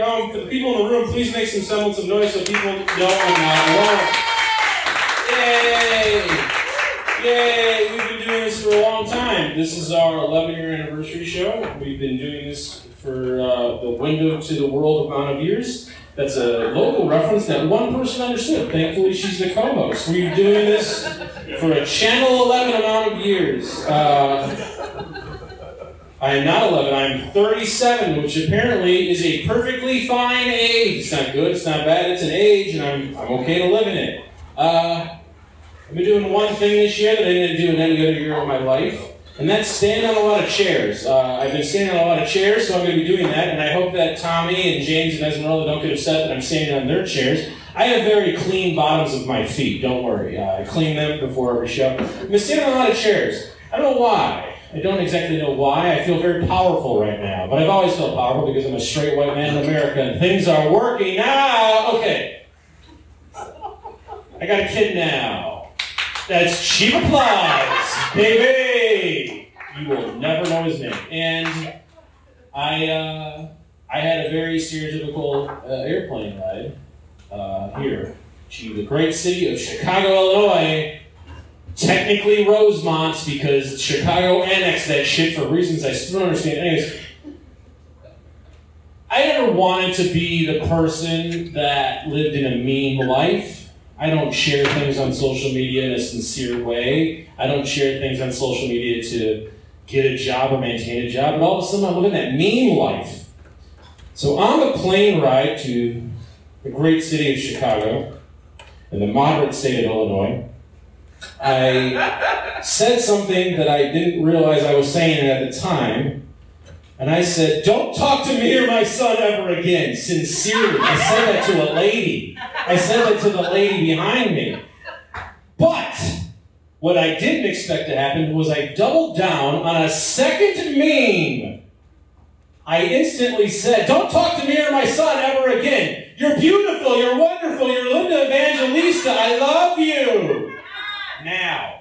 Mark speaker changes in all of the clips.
Speaker 1: people in the room, please make some semblance of noise so people know I'm not alone. Yay! Yay! We've been doing this for a long time. This is our 11 year anniversary show. We've been doing this for uh, the window to the world amount of years. That's a local reference that one person understood. Thankfully, she's the co host. We've been doing this for a Channel 11 amount of years. Uh, I am not 11, I'm 37, which apparently is a perfectly fine age. It's not good, it's not bad, it's an age, and I'm, I'm okay to live in it. Uh, I've been doing one thing this year that I didn't do in any other year of my life, and that's standing on a lot of chairs. Uh, I've been standing on a lot of chairs, so I'm going to be doing that, and I hope that Tommy and James and Esmeralda don't get upset that I'm standing on their chairs. I have very clean bottoms of my feet, don't worry. Uh, I clean them before every show. I've been standing on a lot of chairs. I don't know why. I don't exactly know why. I feel very powerful right now, but I've always felt powerful because I'm a straight white man in America and things are working now. Okay. I got a kid now. That's cheap applause, baby. You will never know his name. And I, uh, I had a very stereotypical uh, airplane ride uh, here to the great city of Chicago, Illinois. Technically Rosemont because Chicago annexed that shit for reasons I still don't understand. Anyways, I never wanted to be the person that lived in a mean life. I don't share things on social media in a sincere way. I don't share things on social media to get a job or maintain a job. And all of a sudden, I'm living that mean life. So on the plane ride to the great city of Chicago and the moderate state of Illinois, I said something that I didn't realize I was saying at the time. And I said, Don't talk to me or my son ever again. Sincerely. I said that to a lady. I said that to the lady behind me. But what I didn't expect to happen was I doubled down on a second meme. I instantly said, Don't talk to me or my son ever again. You're beautiful. You're wonderful. You're Linda Evangelista. I love you. Now.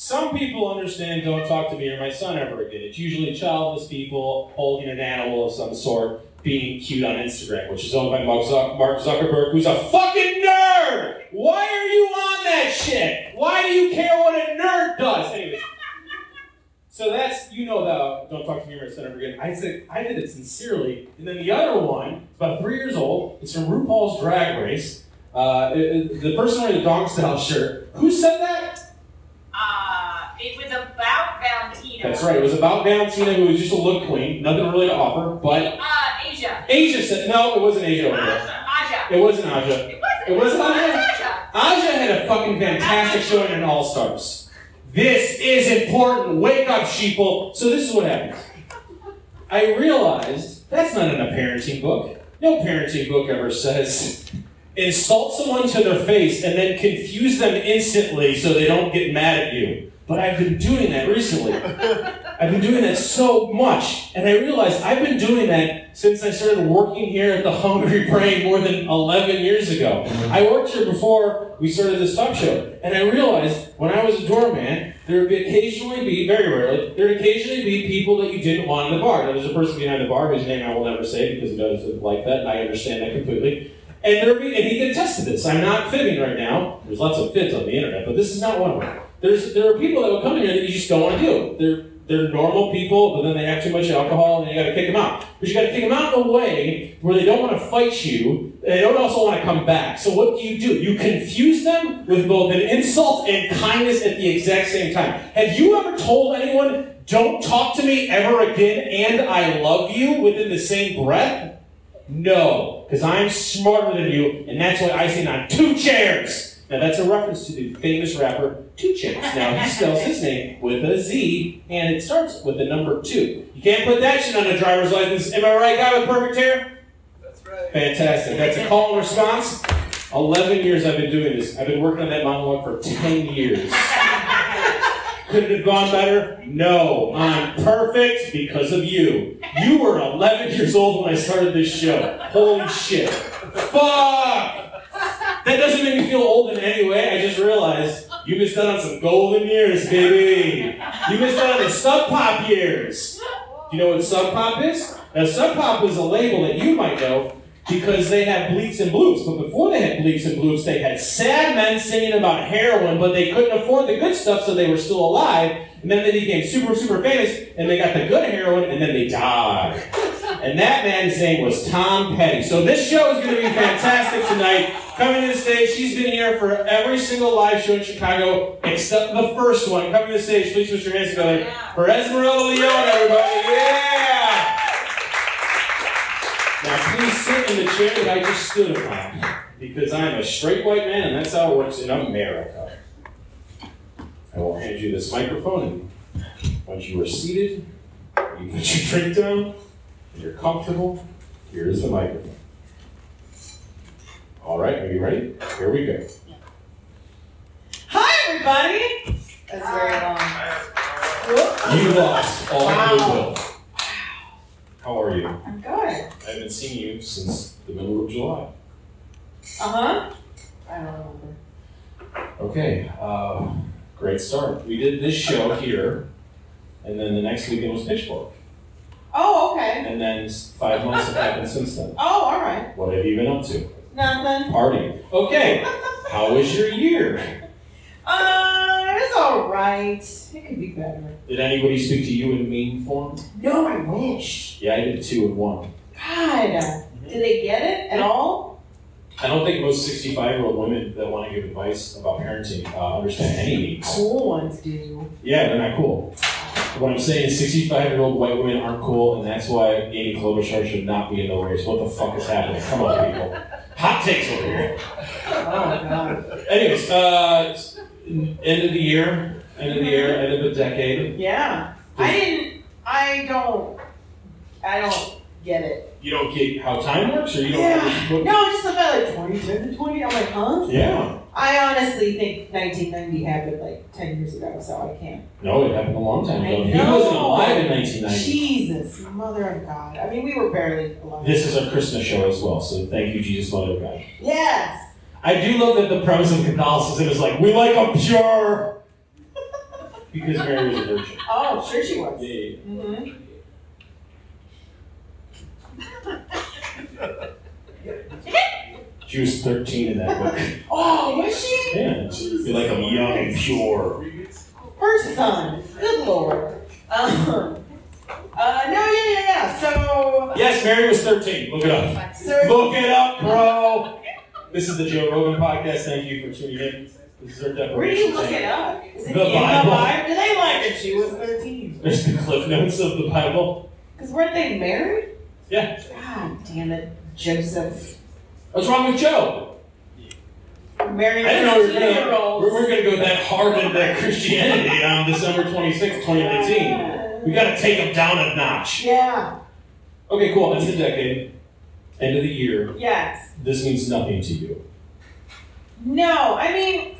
Speaker 1: Some people understand don't talk to me or my son ever again. It's usually childless people holding an animal of some sort being cute on Instagram, which is owned by Mark Zuck- Mark Zuckerberg, who's a fucking nerd! Why are you on that shit? Why do you care what a nerd does? Anyways, so that's, you know, the don't talk to me or my son ever again. I, said, I did it sincerely. And then the other one, it's about three years old, it's from RuPaul's Drag Race. Uh, it- it- the person wearing the dog style shirt, who said that?
Speaker 2: Uh, it was about Valentino.
Speaker 1: That's right. It was about Valentina, who was just a look queen, nothing really to offer. But
Speaker 2: Uh, Asia.
Speaker 1: Asia said, no, it wasn't Asia over there.
Speaker 2: Aja.
Speaker 1: It wasn't Aja.
Speaker 2: It wasn't.
Speaker 1: It wasn't Aja?
Speaker 2: Aja.
Speaker 1: Aja had a fucking fantastic show in All Stars. This is important. Wake up, sheeple. So this is what happens. I realized that's not in a parenting book. No parenting book ever says insult someone to their face and then confuse them instantly so they don't get mad at you. But I've been doing that recently. I've been doing that so much, and I realized I've been doing that since I started working here at the Hungry Brain more than 11 years ago. I worked here before we started this talk show, and I realized when I was a doorman, there would be occasionally be, very rarely, there would occasionally be people that you didn't want in the bar. Now, there's a person behind the bar whose name I will never say because he doesn't like that, and I understand that completely. And there would be, and he can attest to this. I'm not fibbing right now. There's lots of fibs on the internet, but this is not one of them. There's, there are people that will come in here that you just don't want to deal with. They're they're normal people, but then they have too much alcohol, and you got to kick them out. But you got to kick them out in a way where they don't want to fight you, and they don't also want to come back. So what do you do? You confuse them with both an insult and kindness at the exact same time. Have you ever told anyone, "Don't talk to me ever again," and "I love you" within the same breath? No, because I'm smarter than you, and that's why I sit on two chairs. Now that's a reference to the famous rapper Two Chains. Now he spells his name with a Z, and it starts with the number two. You can't put that shit on a driver's license. Am I right, guy with perfect hair?
Speaker 3: That's right.
Speaker 1: Fantastic. That's a call and response. Eleven years I've been doing this. I've been working on that monologue for ten years. Could it have gone better? No. I'm perfect because of you. You were 11 years old when I started this show. Holy shit. Fuck! That doesn't make me feel old in any way. I just realized you missed out on some golden years, baby. You missed out on the sub pop years. Do you know what sub pop is? Now, sub pop is a label that you might know. because they had bleeps and bloops. But before they had bleeps and bloops, they had sad men singing about heroin, but they couldn't afford the good stuff, so they were still alive. And then they became super, super famous, and they got the good heroin, and then they died. And that man's name was Tom Petty. So this show is going to be fantastic tonight. Coming to the stage, she's been here for every single live show in Chicago except the first one. Coming to the stage, please put your hands together
Speaker 2: Yeah.
Speaker 1: for Esmeralda Leon, everybody. Yeah! Now please sit in the chair that I just stood upon, because I'm a straight white man, and that's how it works in America. I will hand you this microphone, and once you are seated, you put your drink down, and you're comfortable. Here is the microphone. All right, are you ready? Here we go.
Speaker 3: Hi, everybody. That's very long. Whoop.
Speaker 1: You lost all
Speaker 3: Wow.
Speaker 1: goodwill. How are you? I
Speaker 3: I'm good.
Speaker 1: haven't seen you since the middle of July.
Speaker 3: Uh huh. I don't remember.
Speaker 1: Okay, uh, great start. We did this show here, and then the next weekend was Pitchfork,
Speaker 3: Oh, okay.
Speaker 1: and then s- five months have happened since then.
Speaker 3: Oh, all right.
Speaker 1: What have you been up to?
Speaker 3: Nothing.
Speaker 1: Party. Okay, how was your year?
Speaker 3: Uh, it's all right. It could be better.
Speaker 1: Did anybody speak to you in meme form?
Speaker 3: No, I wish.
Speaker 1: Yeah, I did two in one.
Speaker 3: God. uh, Did they get it at all?
Speaker 1: I don't think most 65 year old women that want to give advice about parenting uh, understand any memes.
Speaker 3: Cool ones do.
Speaker 1: Yeah, they're not cool. What I'm saying is 65 year old white women aren't cool, and that's why Amy Klobuchar should not be in the race. What the fuck is happening? Come on, people. Hot takes over here.
Speaker 3: Oh, God.
Speaker 1: Anyways, uh, end of the year, end of the year, end of the decade.
Speaker 3: Yeah. I didn't. I don't. I don't get it.
Speaker 1: You don't get how time works, or you don't.
Speaker 3: No, I'm just about like 27, 20. I'm like, huh?
Speaker 1: Yeah.
Speaker 3: I honestly think 1990 happened like 10 years ago, so I can't.
Speaker 1: No, it happened a long time ago.
Speaker 3: I
Speaker 1: He wasn't
Speaker 3: know.
Speaker 1: alive in 1990.
Speaker 3: Jesus, mother of God. I mean, we were barely alive.
Speaker 1: This is our Christmas show as well, so thank you, Jesus, Mother of God.
Speaker 3: yes.
Speaker 1: I do love that the premise of Catholicism is like we like them pure, because Mary was a virgin.
Speaker 3: Oh, sure she was.
Speaker 1: Yeah.
Speaker 3: Mm-hmm.
Speaker 1: She was 13 in that book.
Speaker 3: Oh, was she?
Speaker 1: Yeah. We like them young and pure.
Speaker 3: Her son. Good lord. Um, uh, no, yeah, yeah, yeah. So,
Speaker 1: Yes, Mary was 13. Look it up.
Speaker 3: so
Speaker 1: Look it up, bro. This is the Joe Rogan podcast. Thank you for tuning in. This is our
Speaker 3: where do you
Speaker 1: declaration.
Speaker 3: look it
Speaker 1: tank.
Speaker 3: up? Is it
Speaker 1: The
Speaker 3: in
Speaker 1: Bible.
Speaker 3: the Bible? Do they like that she was 13?
Speaker 1: There's the cliff notes of the Bible.
Speaker 3: Because weren't they married?
Speaker 1: Yeah.
Speaker 3: God damn it, Joseph.
Speaker 1: What's wrong with Joe? I
Speaker 3: Married
Speaker 1: didn't know we were
Speaker 3: 13 year
Speaker 1: gonna
Speaker 3: olds.
Speaker 1: we were gonna go that hard into that Christianity on December 26, 2019. We gotta take them down a notch.
Speaker 3: Yeah.
Speaker 1: Okay, cool. End of the decade. End of the year.
Speaker 3: Yes.
Speaker 1: This means nothing to you.
Speaker 3: No, I mean,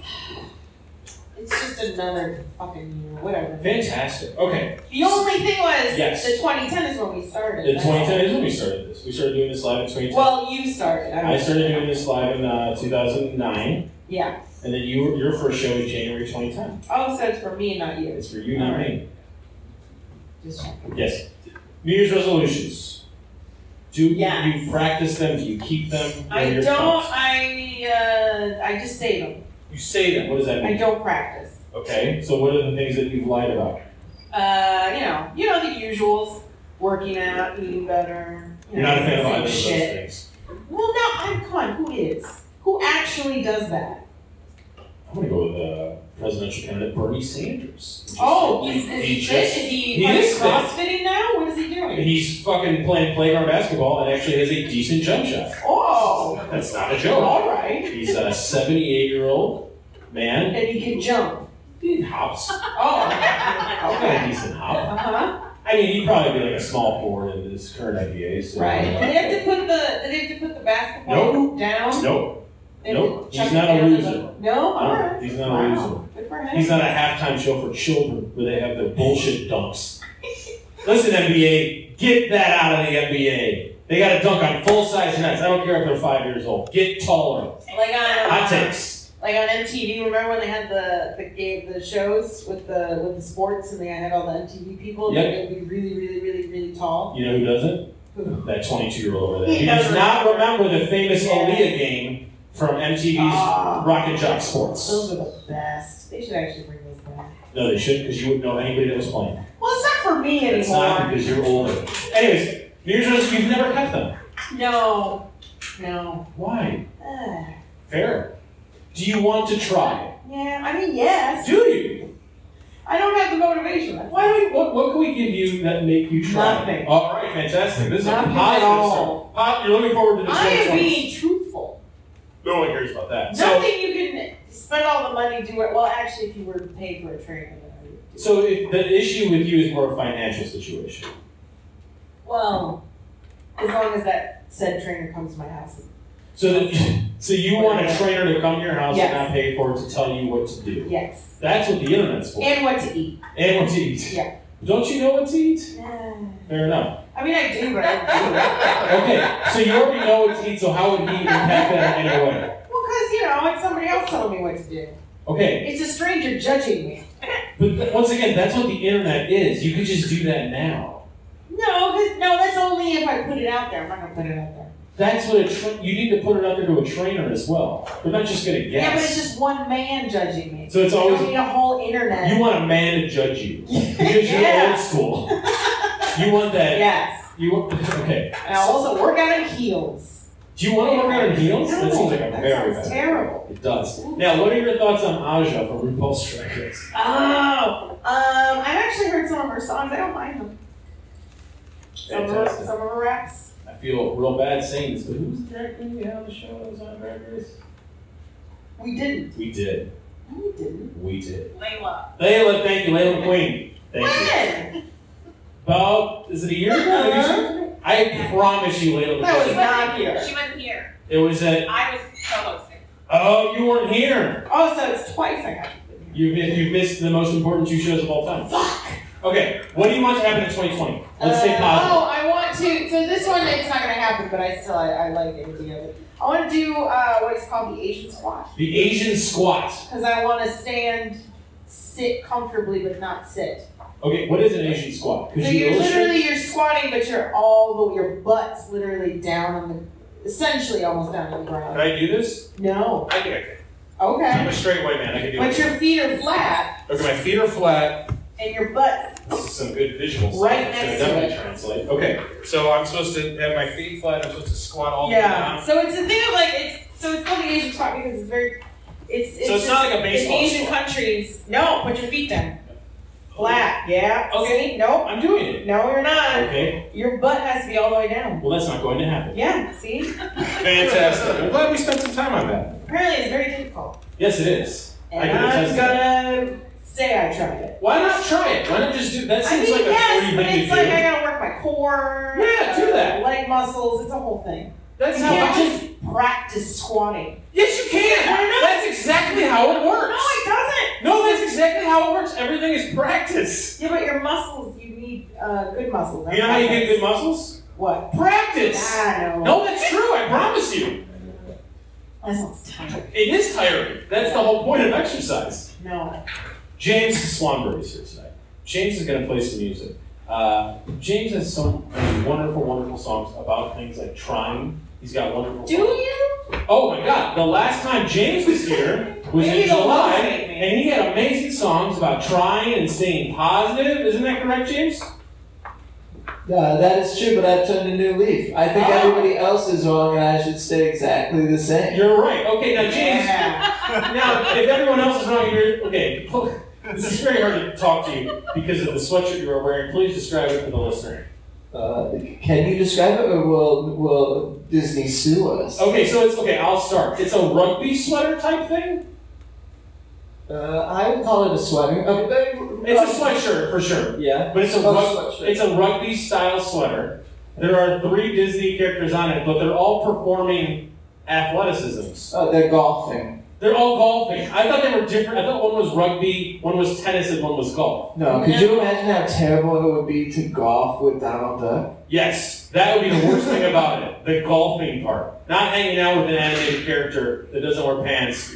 Speaker 3: it's just another fucking year, whatever.
Speaker 1: Fantastic. Okay.
Speaker 3: The only thing was
Speaker 1: Yes.
Speaker 3: the 2010 is when we started.
Speaker 1: In
Speaker 3: That's
Speaker 1: 2010 is when we started this. We started doing this live in 2010.
Speaker 3: all. Well, you started. I,
Speaker 1: I
Speaker 3: was-
Speaker 1: started doing this live in uh, 2009.
Speaker 3: Yeah.
Speaker 1: And then you, your first show is January 2010.
Speaker 3: Oh, so it's for me, not you.
Speaker 1: It's for you, not me.
Speaker 3: Just checking.
Speaker 1: Yes. New Year's resolutions. Do
Speaker 3: Yes.
Speaker 1: you practice them? Do you keep them? What are
Speaker 3: I
Speaker 1: your
Speaker 3: don't.
Speaker 1: thoughts?
Speaker 3: I uh, I just say them.
Speaker 1: You say them. What does that
Speaker 3: I
Speaker 1: mean?
Speaker 3: don't practice.
Speaker 1: Okay. So what are the things that you've lied about?
Speaker 3: Uh, you know, you know the usuals: working out, eating better. you
Speaker 1: You're not a
Speaker 3: know,
Speaker 1: fan of either of
Speaker 3: same
Speaker 1: those
Speaker 3: shit.
Speaker 1: things.
Speaker 3: Well, no, I'm. Come on, who is? Who actually does that?
Speaker 1: I'm gonna go with uh, presidential candidate Bernie Sanders. Just-
Speaker 3: Oh, he's,
Speaker 1: he-
Speaker 3: is
Speaker 1: he
Speaker 3: he fit?
Speaker 1: just-
Speaker 3: Is he,
Speaker 1: he
Speaker 3: like,
Speaker 1: is fit.
Speaker 3: crossfitting now? What is he doing?
Speaker 1: He's fucking playing playground basketball and actually has a decent jump shot.
Speaker 3: Oh,
Speaker 1: That's not a joke.
Speaker 3: all right.
Speaker 1: He's a 78 year old man.
Speaker 3: And he can jump.
Speaker 1: He hops.
Speaker 3: Oh,
Speaker 1: He's got a
Speaker 3: okay.
Speaker 1: decent hop.
Speaker 3: Uh huh.
Speaker 1: I mean, he'd probably be like a small forward in his current NBA. So,
Speaker 3: Right.
Speaker 1: uh,
Speaker 3: They have to put the they have to put the basketball
Speaker 1: Nope.
Speaker 3: down.
Speaker 1: Nope.
Speaker 3: They have to
Speaker 1: Nope.
Speaker 3: chuck
Speaker 1: He's not
Speaker 3: it
Speaker 1: a
Speaker 3: down to
Speaker 1: loser.
Speaker 3: the- No. All
Speaker 1: No,
Speaker 3: right.
Speaker 1: he's not a
Speaker 3: wow.
Speaker 1: loser.
Speaker 3: Good for him.
Speaker 1: He's not a halftime show for children where they have their bullshit dunks. Listen, NBA, get that out of the NBA. They got to dunk on full size nets. I don't care if they're five years old. Get taller.
Speaker 3: like on
Speaker 1: Hot
Speaker 3: uh,
Speaker 1: takes.
Speaker 3: like on MTV. Remember when they had the the game, the shows with the with the sports and they had all the MTV people.
Speaker 1: Yep.
Speaker 3: They'd be really, really, really, really tall.
Speaker 1: You know who doesn't? that 22 year old over there.
Speaker 3: He
Speaker 1: He does
Speaker 3: doesn't
Speaker 1: not remember the famous
Speaker 3: Yeah.
Speaker 1: Aaliyah game from MTV's
Speaker 3: Ah.
Speaker 1: Rocket Jock Sports.
Speaker 3: Those are the best. They should actually bring those back.
Speaker 1: No, they shouldn't because you wouldn't know anybody that was playing.
Speaker 3: Well, it's not for me
Speaker 1: It's not
Speaker 3: anymore.
Speaker 1: because you're older. Anyways, New Year's resolutions, you've never kept them.
Speaker 3: No, no.
Speaker 1: Why?
Speaker 3: Ugh.
Speaker 1: Fair. Do you want to try?
Speaker 3: Yeah, I mean, yes.
Speaker 1: Do you?
Speaker 3: I don't have the motivation.
Speaker 1: Why don't you, what, what can we give you that make you try?
Speaker 3: Nothing.
Speaker 1: All right, fantastic. This is
Speaker 3: Nothing
Speaker 1: a
Speaker 3: at
Speaker 1: positive
Speaker 3: all.
Speaker 1: start. Pop, you're looking forward to this
Speaker 3: I
Speaker 1: next
Speaker 3: am
Speaker 1: one.
Speaker 3: being truthful.
Speaker 1: No one cares about that. So,
Speaker 3: Nothing you can spend all the money do it. Well, actually, if you were to pay for a training, then I would do it.
Speaker 1: so if the issue with you is more of a financial situation.
Speaker 3: Well, as long as that said trainer comes to my house.
Speaker 1: So that, so you want a trainer to come to your house
Speaker 3: Yes.
Speaker 1: and not pay for it to tell you what to do.
Speaker 3: Yes.
Speaker 1: That's what the internet's for.
Speaker 3: And what to eat.
Speaker 1: And what to eat.
Speaker 3: Yeah.
Speaker 1: Don't you know what to eat?
Speaker 3: I
Speaker 1: Fair enough.
Speaker 3: mean, I do, but I don't do it.
Speaker 1: Okay, so you already know what to eat, so how would he impact that in any way?
Speaker 3: Well, because, you know, it's somebody else telling me what to do.
Speaker 1: Okay,
Speaker 3: It's a stranger judging me.
Speaker 1: but th- once again, that's what the internet is. You could just do that now.
Speaker 3: No, 'cause- no, that's only if I put it out there. I'm not going to put it out there.
Speaker 1: That's what a tra- you need to put it out there to a trainer as well. They're not just gonna guess.
Speaker 3: Yeah, but it's just one man judging me.
Speaker 1: so it's
Speaker 3: I
Speaker 1: always
Speaker 3: don't need a whole internet.
Speaker 1: you want a man to judge you because you're
Speaker 3: Yeah.
Speaker 1: old school. You want that.
Speaker 3: yes.
Speaker 1: You want, okay.
Speaker 3: And I also work out in heels.
Speaker 1: Do you want to work out in heels?
Speaker 3: No,
Speaker 1: that seems like a
Speaker 3: that
Speaker 1: very
Speaker 3: sounds
Speaker 1: bad.
Speaker 3: terrible.
Speaker 1: It does. Now, what are your thoughts on Aja from RuPaul's Drag Race?
Speaker 3: Oh, um, I've actually heard some of her songs. I don't mind them. Some of her,
Speaker 1: Fantastic.
Speaker 3: some of her raps.
Speaker 1: I feel real bad saying this, but who was the drag queen we had on the show that was on Drag Race?
Speaker 3: We didn't.
Speaker 1: We did.
Speaker 3: No, we didn't.
Speaker 1: We did.
Speaker 2: Layla.
Speaker 1: Layla, thank you. Layla Queen. Thank you.
Speaker 3: When?
Speaker 1: About, is it a year ago? Maybe so? I promise you, Layla.
Speaker 3: That
Speaker 1: McQueen.
Speaker 3: was not here.
Speaker 2: She wasn't here.
Speaker 1: It was at,
Speaker 2: I was co-hosting.
Speaker 1: oh, you weren't here.
Speaker 3: Oh, so it's twice I got
Speaker 1: You've, been, you've missed the most important two shows of all time.
Speaker 3: Fuck.
Speaker 1: Okay, what do you want to happen in 2020? Let's stay
Speaker 3: Uh,
Speaker 1: positive.
Speaker 3: Oh, I want to. So this one, it's not gonna happen, but I still I, I like the idea of it. I want to do uh, what is called the Asian squat
Speaker 1: The Asian squat.
Speaker 3: because I want to stand, sit comfortably, but not sit.
Speaker 1: Okay, what is an Asian squat? Could
Speaker 3: so
Speaker 1: you
Speaker 3: you're
Speaker 1: illustrate?
Speaker 3: literally you're squatting, but you're all the your butt's literally down on the, essentially almost down on the
Speaker 1: Can
Speaker 3: ground.
Speaker 1: I do this?
Speaker 3: No.
Speaker 1: I can. I can.
Speaker 3: Okay.
Speaker 1: I'm a straight white man. I can do
Speaker 3: But
Speaker 1: it.
Speaker 3: your feet are flat
Speaker 1: Okay, my feet are flat.
Speaker 3: and your butt.
Speaker 1: This is some good visuals.
Speaker 3: Right
Speaker 1: It's
Speaker 3: next
Speaker 1: gonna
Speaker 3: to
Speaker 1: definitely translate. Okay, so I'm supposed to have my feet flat. I'm supposed to squat all
Speaker 3: Yeah. So it's a thing of like it's so it's called the Asian squat because it's very it's it's
Speaker 1: So it's not
Speaker 3: just-
Speaker 1: like a baseball
Speaker 3: in Asian
Speaker 1: squat.
Speaker 3: countries. No, put your feet down.
Speaker 1: the way down.
Speaker 3: Flat, yeah.
Speaker 1: Okay.
Speaker 3: See? Nope.
Speaker 1: I'm doing it.
Speaker 3: No, you're not.
Speaker 1: Okay.
Speaker 3: Your butt has to be all the way down.
Speaker 1: Well, that's not going to happen.
Speaker 3: Yeah, see?
Speaker 1: Fantastic. I'm glad we spent some time on that.
Speaker 3: Apparently it's very difficult.
Speaker 1: Yes, it is. I
Speaker 3: And
Speaker 1: can attest
Speaker 3: I'm
Speaker 1: to
Speaker 3: gonna say I tried it.
Speaker 1: Why not try it? Why not just do? That
Speaker 3: I
Speaker 1: seems
Speaker 3: mean,
Speaker 1: like a
Speaker 3: yes,
Speaker 1: free
Speaker 3: but
Speaker 1: thing
Speaker 3: it's
Speaker 1: to
Speaker 3: like
Speaker 1: do.
Speaker 3: I gotta work my core.
Speaker 1: Yeah, do
Speaker 3: uh,
Speaker 1: that.
Speaker 3: Leg muscles, it's a whole thing.
Speaker 1: that's
Speaker 3: you
Speaker 1: how.
Speaker 3: can't
Speaker 1: I just,
Speaker 3: just practice squatting.
Speaker 1: yes, you can.
Speaker 3: Why not?
Speaker 1: That's exactly how it
Speaker 3: No,
Speaker 1: works.
Speaker 3: it doesn't.
Speaker 1: No, that's exactly how it works. Everything is practice.
Speaker 3: Yeah, but your muscles, you need uh, good muscles.
Speaker 1: You know how you get good muscles?
Speaker 3: What?
Speaker 1: Practice.
Speaker 3: I know.
Speaker 1: No, that's true. I promise you.
Speaker 3: That sounds tight.
Speaker 1: It is tiring. That's the whole point of exercise.
Speaker 3: No.
Speaker 1: James Swanberg is here tonight. James is going to play some music. Uh, James has some wonderful, wonderful songs about things like trying. He's got wonderful.
Speaker 3: Do
Speaker 1: songs.
Speaker 3: you?
Speaker 1: Oh my God! The last time James was here was
Speaker 3: Maybe
Speaker 1: in
Speaker 3: he'll
Speaker 1: July,
Speaker 3: motivate me.
Speaker 1: and he had amazing songs about trying and staying positive. Isn't that correct, James?
Speaker 4: No, that is true, but I've turned a new leaf. I think
Speaker 1: Oh.
Speaker 4: everybody else is wrong and I should stay exactly the same.
Speaker 1: You're right. Okay, now James,
Speaker 3: Yeah.
Speaker 1: Now, if everyone else is wrong, you're okay. This is very hard to talk to you because of the sweatshirt you are wearing. Please describe it for the listener.
Speaker 4: Uh, can you describe it or will, will Disney sue us?
Speaker 1: Okay, so it's okay. I'll start. It's a rugby sweater type thing.
Speaker 4: Uh, I would call it a sweater. Uh, uh,
Speaker 1: It's a sweatshirt for sure,
Speaker 4: Yeah.
Speaker 1: but it's a
Speaker 4: Oh,
Speaker 1: rug-
Speaker 4: sweatshirt.
Speaker 1: it's a rugby style sweater. There are three Disney characters on it, but they're all performing athleticisms.
Speaker 4: Oh, they're golfing.
Speaker 1: They're all golfing. I thought they were different. I thought one was rugby, one was tennis, and one was golf.
Speaker 4: No, could you imagine how terrible it would be to golf with Donald Duck?
Speaker 1: Yes, that would be the worst thing about it. The golfing part. Not hanging out with an animated character that doesn't wear pants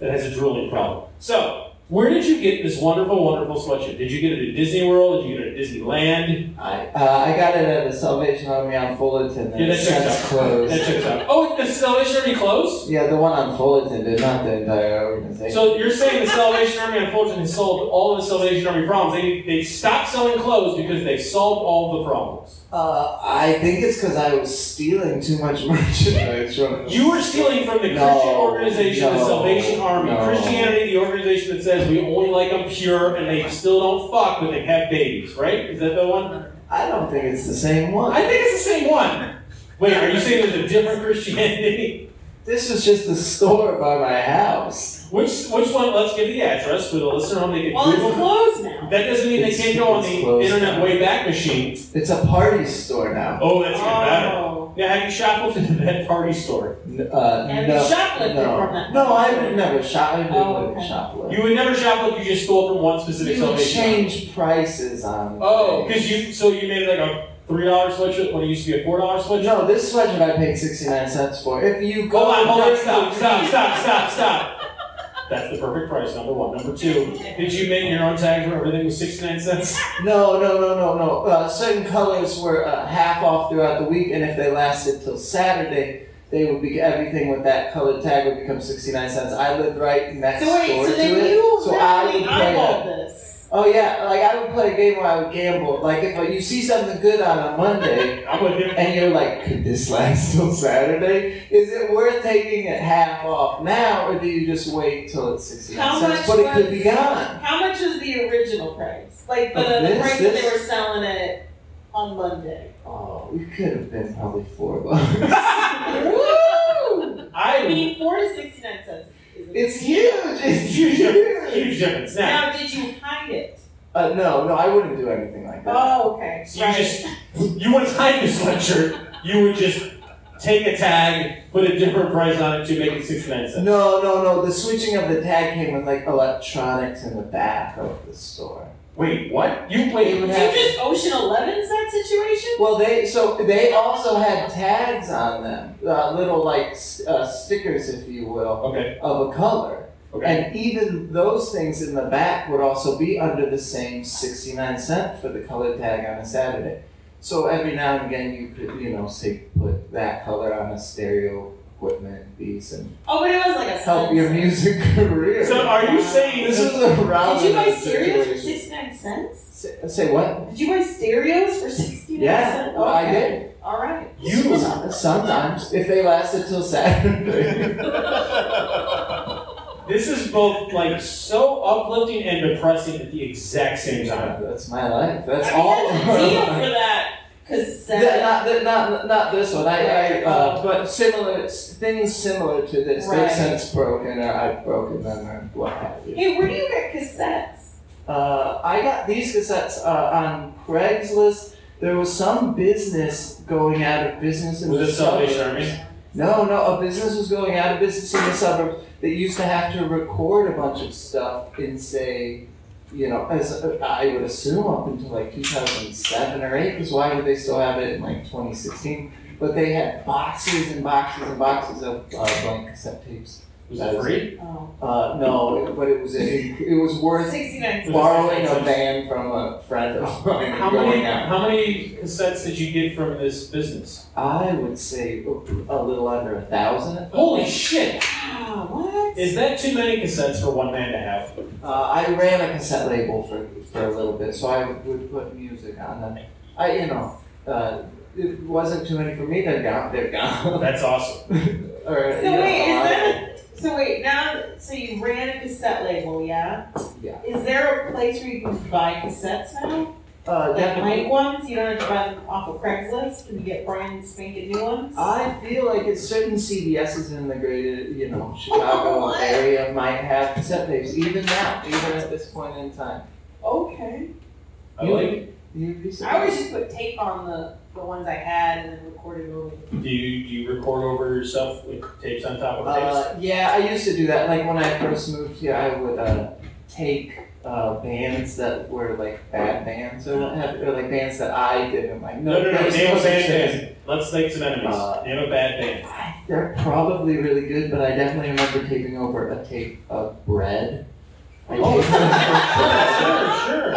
Speaker 1: that has a drooling problem. So, Where did you get this wonderful, wonderful sweatshirt? Did you get it at Disney World? Did you get it at Disneyland?
Speaker 5: I, uh, I got it at the Salvation Army on Fullerton. and
Speaker 1: Yeah, that
Speaker 5: it's
Speaker 1: checks
Speaker 5: since
Speaker 1: out.
Speaker 5: closed.
Speaker 1: That checks out. Oh, the Salvation Army closed?
Speaker 5: Yeah, the one on Fullerton did, not the entire organization.
Speaker 1: So you're saying the Salvation Army unfortunately solved all of the Salvation Army problems. They, they stopped selling clothes because they solved all the problems.
Speaker 5: uh, I think it's because I was stealing too much merchandise from
Speaker 1: You were stealing from the Christian
Speaker 5: No,
Speaker 1: organization, the
Speaker 5: no,
Speaker 1: Salvation Army.
Speaker 5: no.
Speaker 1: Christianity, the organization that says we only like them pure and they still don't fuck but they have babies, right? Is that the one?
Speaker 5: I don't think it's the same one.
Speaker 1: I think it's the same one. Wait, are you saying there's a different Christianity?
Speaker 5: This was just a store by my house.
Speaker 1: Which which one? Let's give the address for the listener home. They can
Speaker 3: Well, it's
Speaker 1: Google.
Speaker 3: closed now.
Speaker 1: That doesn't mean they
Speaker 5: It's-
Speaker 1: can't go on
Speaker 5: it's
Speaker 1: the
Speaker 5: closed.
Speaker 1: internet way back machine.
Speaker 5: It's a party store now.
Speaker 1: Oh, that's even better.
Speaker 3: Oh.
Speaker 1: Yeah, have you shoplifted at that party store?
Speaker 5: N- Uh,
Speaker 3: And
Speaker 5: no,
Speaker 3: you shoplifted
Speaker 5: no.
Speaker 3: from that.
Speaker 5: No, I would never shop. I would
Speaker 3: Oh,
Speaker 5: never
Speaker 3: okay.
Speaker 5: shoplift.
Speaker 1: You would never shoplift. You just stole from one specific
Speaker 5: You would
Speaker 1: Salvation Army.
Speaker 5: change prices on.
Speaker 1: Oh,
Speaker 5: things.
Speaker 1: because you so you made like a three dollar sweatshirt when it used to be a four dollar sweatshirt.
Speaker 5: No, this sweatshirt I paid sixty nine cents for. If you go,
Speaker 1: Hold on, hold on,
Speaker 5: during
Speaker 1: stop,
Speaker 5: the
Speaker 1: stop, stop, stop, stop. That's the perfect price. Number one. Number two. Did you make your own tags where everything was sixty nine cents?
Speaker 5: No, no, no, no, no. Uh, certain colors were uh, half off throughout the week, and if they lasted till Saturday, they would be everything with that color tag would become sixty nine cents. I lived right next
Speaker 3: So wait,
Speaker 5: door
Speaker 3: so
Speaker 5: to
Speaker 3: then
Speaker 5: it,
Speaker 3: you
Speaker 5: so I
Speaker 3: really
Speaker 5: would pay.
Speaker 3: eyeballed this.
Speaker 5: Oh yeah, like I would play a game where I would gamble. Like if uh, you see something good on a Monday,
Speaker 1: I'm with you.
Speaker 5: and you're like, could this last till Saturday? Is it worth taking it half off now, or do you just wait till it's sixty nine
Speaker 3: How much
Speaker 5: cents? But it could
Speaker 3: was-
Speaker 5: be gone.
Speaker 3: How much was the original price? Like the,
Speaker 5: Of
Speaker 3: the
Speaker 5: this?
Speaker 3: price that they
Speaker 5: This?
Speaker 3: were selling it on Monday.
Speaker 5: Oh, we could have been probably four bucks.
Speaker 3: Woo! I
Speaker 1: I
Speaker 3: mean, four to sixty-nine cents. is a-
Speaker 5: It's huge. It's
Speaker 1: huge, difference-
Speaker 5: huge.
Speaker 1: huge difference. Now,
Speaker 3: Now, did you hide it?
Speaker 5: Uh, no, no, I wouldn't do anything like that.
Speaker 3: Oh, okay.
Speaker 1: So you just you wouldn't hide the sweatshirt. You would just take a tag, put a different price on it to make it sixty nine cents.
Speaker 5: No, no, no. The switching of the tag came with like electronics in the back of the store.
Speaker 1: Wait, what? You
Speaker 5: They
Speaker 1: wait.
Speaker 5: would
Speaker 3: Did
Speaker 5: have-
Speaker 3: you just Ocean Eleven's that situation?
Speaker 5: Well, they so they also had tags on them, uh, little like s- uh, stickers, if you will,
Speaker 1: Okay.
Speaker 5: of a color.
Speaker 1: Okay.
Speaker 5: And even those things in the back would also be under the same 69 cent for the color tag on a Saturday. So every now and again, you could, you know, say, put that color on a stereo equipment piece and
Speaker 3: Oh, but it was like a
Speaker 5: help
Speaker 3: cent.
Speaker 5: your music career.
Speaker 1: So are you saying
Speaker 5: this
Speaker 1: this
Speaker 5: is
Speaker 1: is?
Speaker 5: a round
Speaker 3: Did you buy stereos for sixty-nine cents?
Speaker 5: Say, say what?
Speaker 3: Did you buy stereos for sixty-nine
Speaker 5: Yeah,
Speaker 3: cents?
Speaker 5: well, I
Speaker 3: Okay.
Speaker 5: did.
Speaker 3: All right.
Speaker 1: You-
Speaker 5: sometimes if they lasted till Saturday.
Speaker 1: This is both like so uplifting and depressing at the exact same time.
Speaker 5: That's my life. That's
Speaker 3: I mean,
Speaker 5: all.
Speaker 3: that's
Speaker 5: of
Speaker 3: a
Speaker 5: our
Speaker 3: deal
Speaker 5: life.
Speaker 3: for that cassette.
Speaker 5: Yeah, not, th- not, not this one. I, I uh, but similar things similar to this.
Speaker 3: Right.
Speaker 5: They've since broken, or I've broken them, or what have you.
Speaker 3: Hey, where do you get cassettes?
Speaker 5: Uh, I got these cassettes uh, on Craigslist. There was some business going out of business in
Speaker 1: With
Speaker 5: the
Speaker 1: the Salvation
Speaker 5: suburbs.
Speaker 1: Army.
Speaker 5: No, no, a business was going out of business in the suburbs. They used to have to record a bunch of stuff in, say, you know, as I would assume up until like 2007 or 8, because why would they still have it in like 2016? But they had boxes and boxes and boxes of uh, blank cassette tapes.
Speaker 1: Was it free?
Speaker 3: Oh.
Speaker 5: Uh, no, but it was it, it was worth
Speaker 3: Sixty-nine cents.
Speaker 5: borrowing a band from a friend of mine.
Speaker 1: How
Speaker 5: going
Speaker 1: many
Speaker 5: out.
Speaker 1: how many cassettes did you get from this business?
Speaker 5: I would say a little under a thousand.
Speaker 1: Holy shit!
Speaker 3: Ah, what?
Speaker 1: Is that too many cassettes for one man to have?
Speaker 5: Uh, I ran a cassette label for, for a little bit, so I would, would put music on them. I, you know, uh, it wasn't too many for me. They're gone. They're gone.
Speaker 1: That's awesome.
Speaker 5: or,
Speaker 3: So
Speaker 5: you know,
Speaker 3: wait,
Speaker 5: a
Speaker 3: is
Speaker 5: lot of-
Speaker 3: that a, so wait now? So you ran a cassette label, yeah?
Speaker 5: Yeah.
Speaker 3: Is there a place where you can buy cassettes now? Like
Speaker 5: uh,
Speaker 3: blank
Speaker 5: definitely?
Speaker 3: ones? You don't have to buy them off of Craigslist. Can you get brand spanking new ones?
Speaker 5: I feel like it's certain CVS's in the greater, you know, Chicago
Speaker 3: What?
Speaker 5: area might have cassette tapes, even now, even at this point in time.
Speaker 3: okay.
Speaker 1: I like it.
Speaker 5: You'd be surprised.
Speaker 3: I always just put tape on the the ones I had and then recorded over. them.
Speaker 1: Do you do you record over yourself with tapes on top of tapes?
Speaker 5: Uh, yeah, I used to do that. Like when I first moved here, I would uh, take uh, bands that were like bad bands or what have or like bands that I didn't like.
Speaker 1: no, no, no.
Speaker 5: there's
Speaker 1: Name a
Speaker 5: such
Speaker 1: bad
Speaker 5: thing.
Speaker 1: band. Let's make some enemies.
Speaker 5: Uh,
Speaker 1: name a bad band.
Speaker 5: They're probably really good, but I definitely remember taking over a tape of Bread. I
Speaker 1: Oh.
Speaker 5: gave them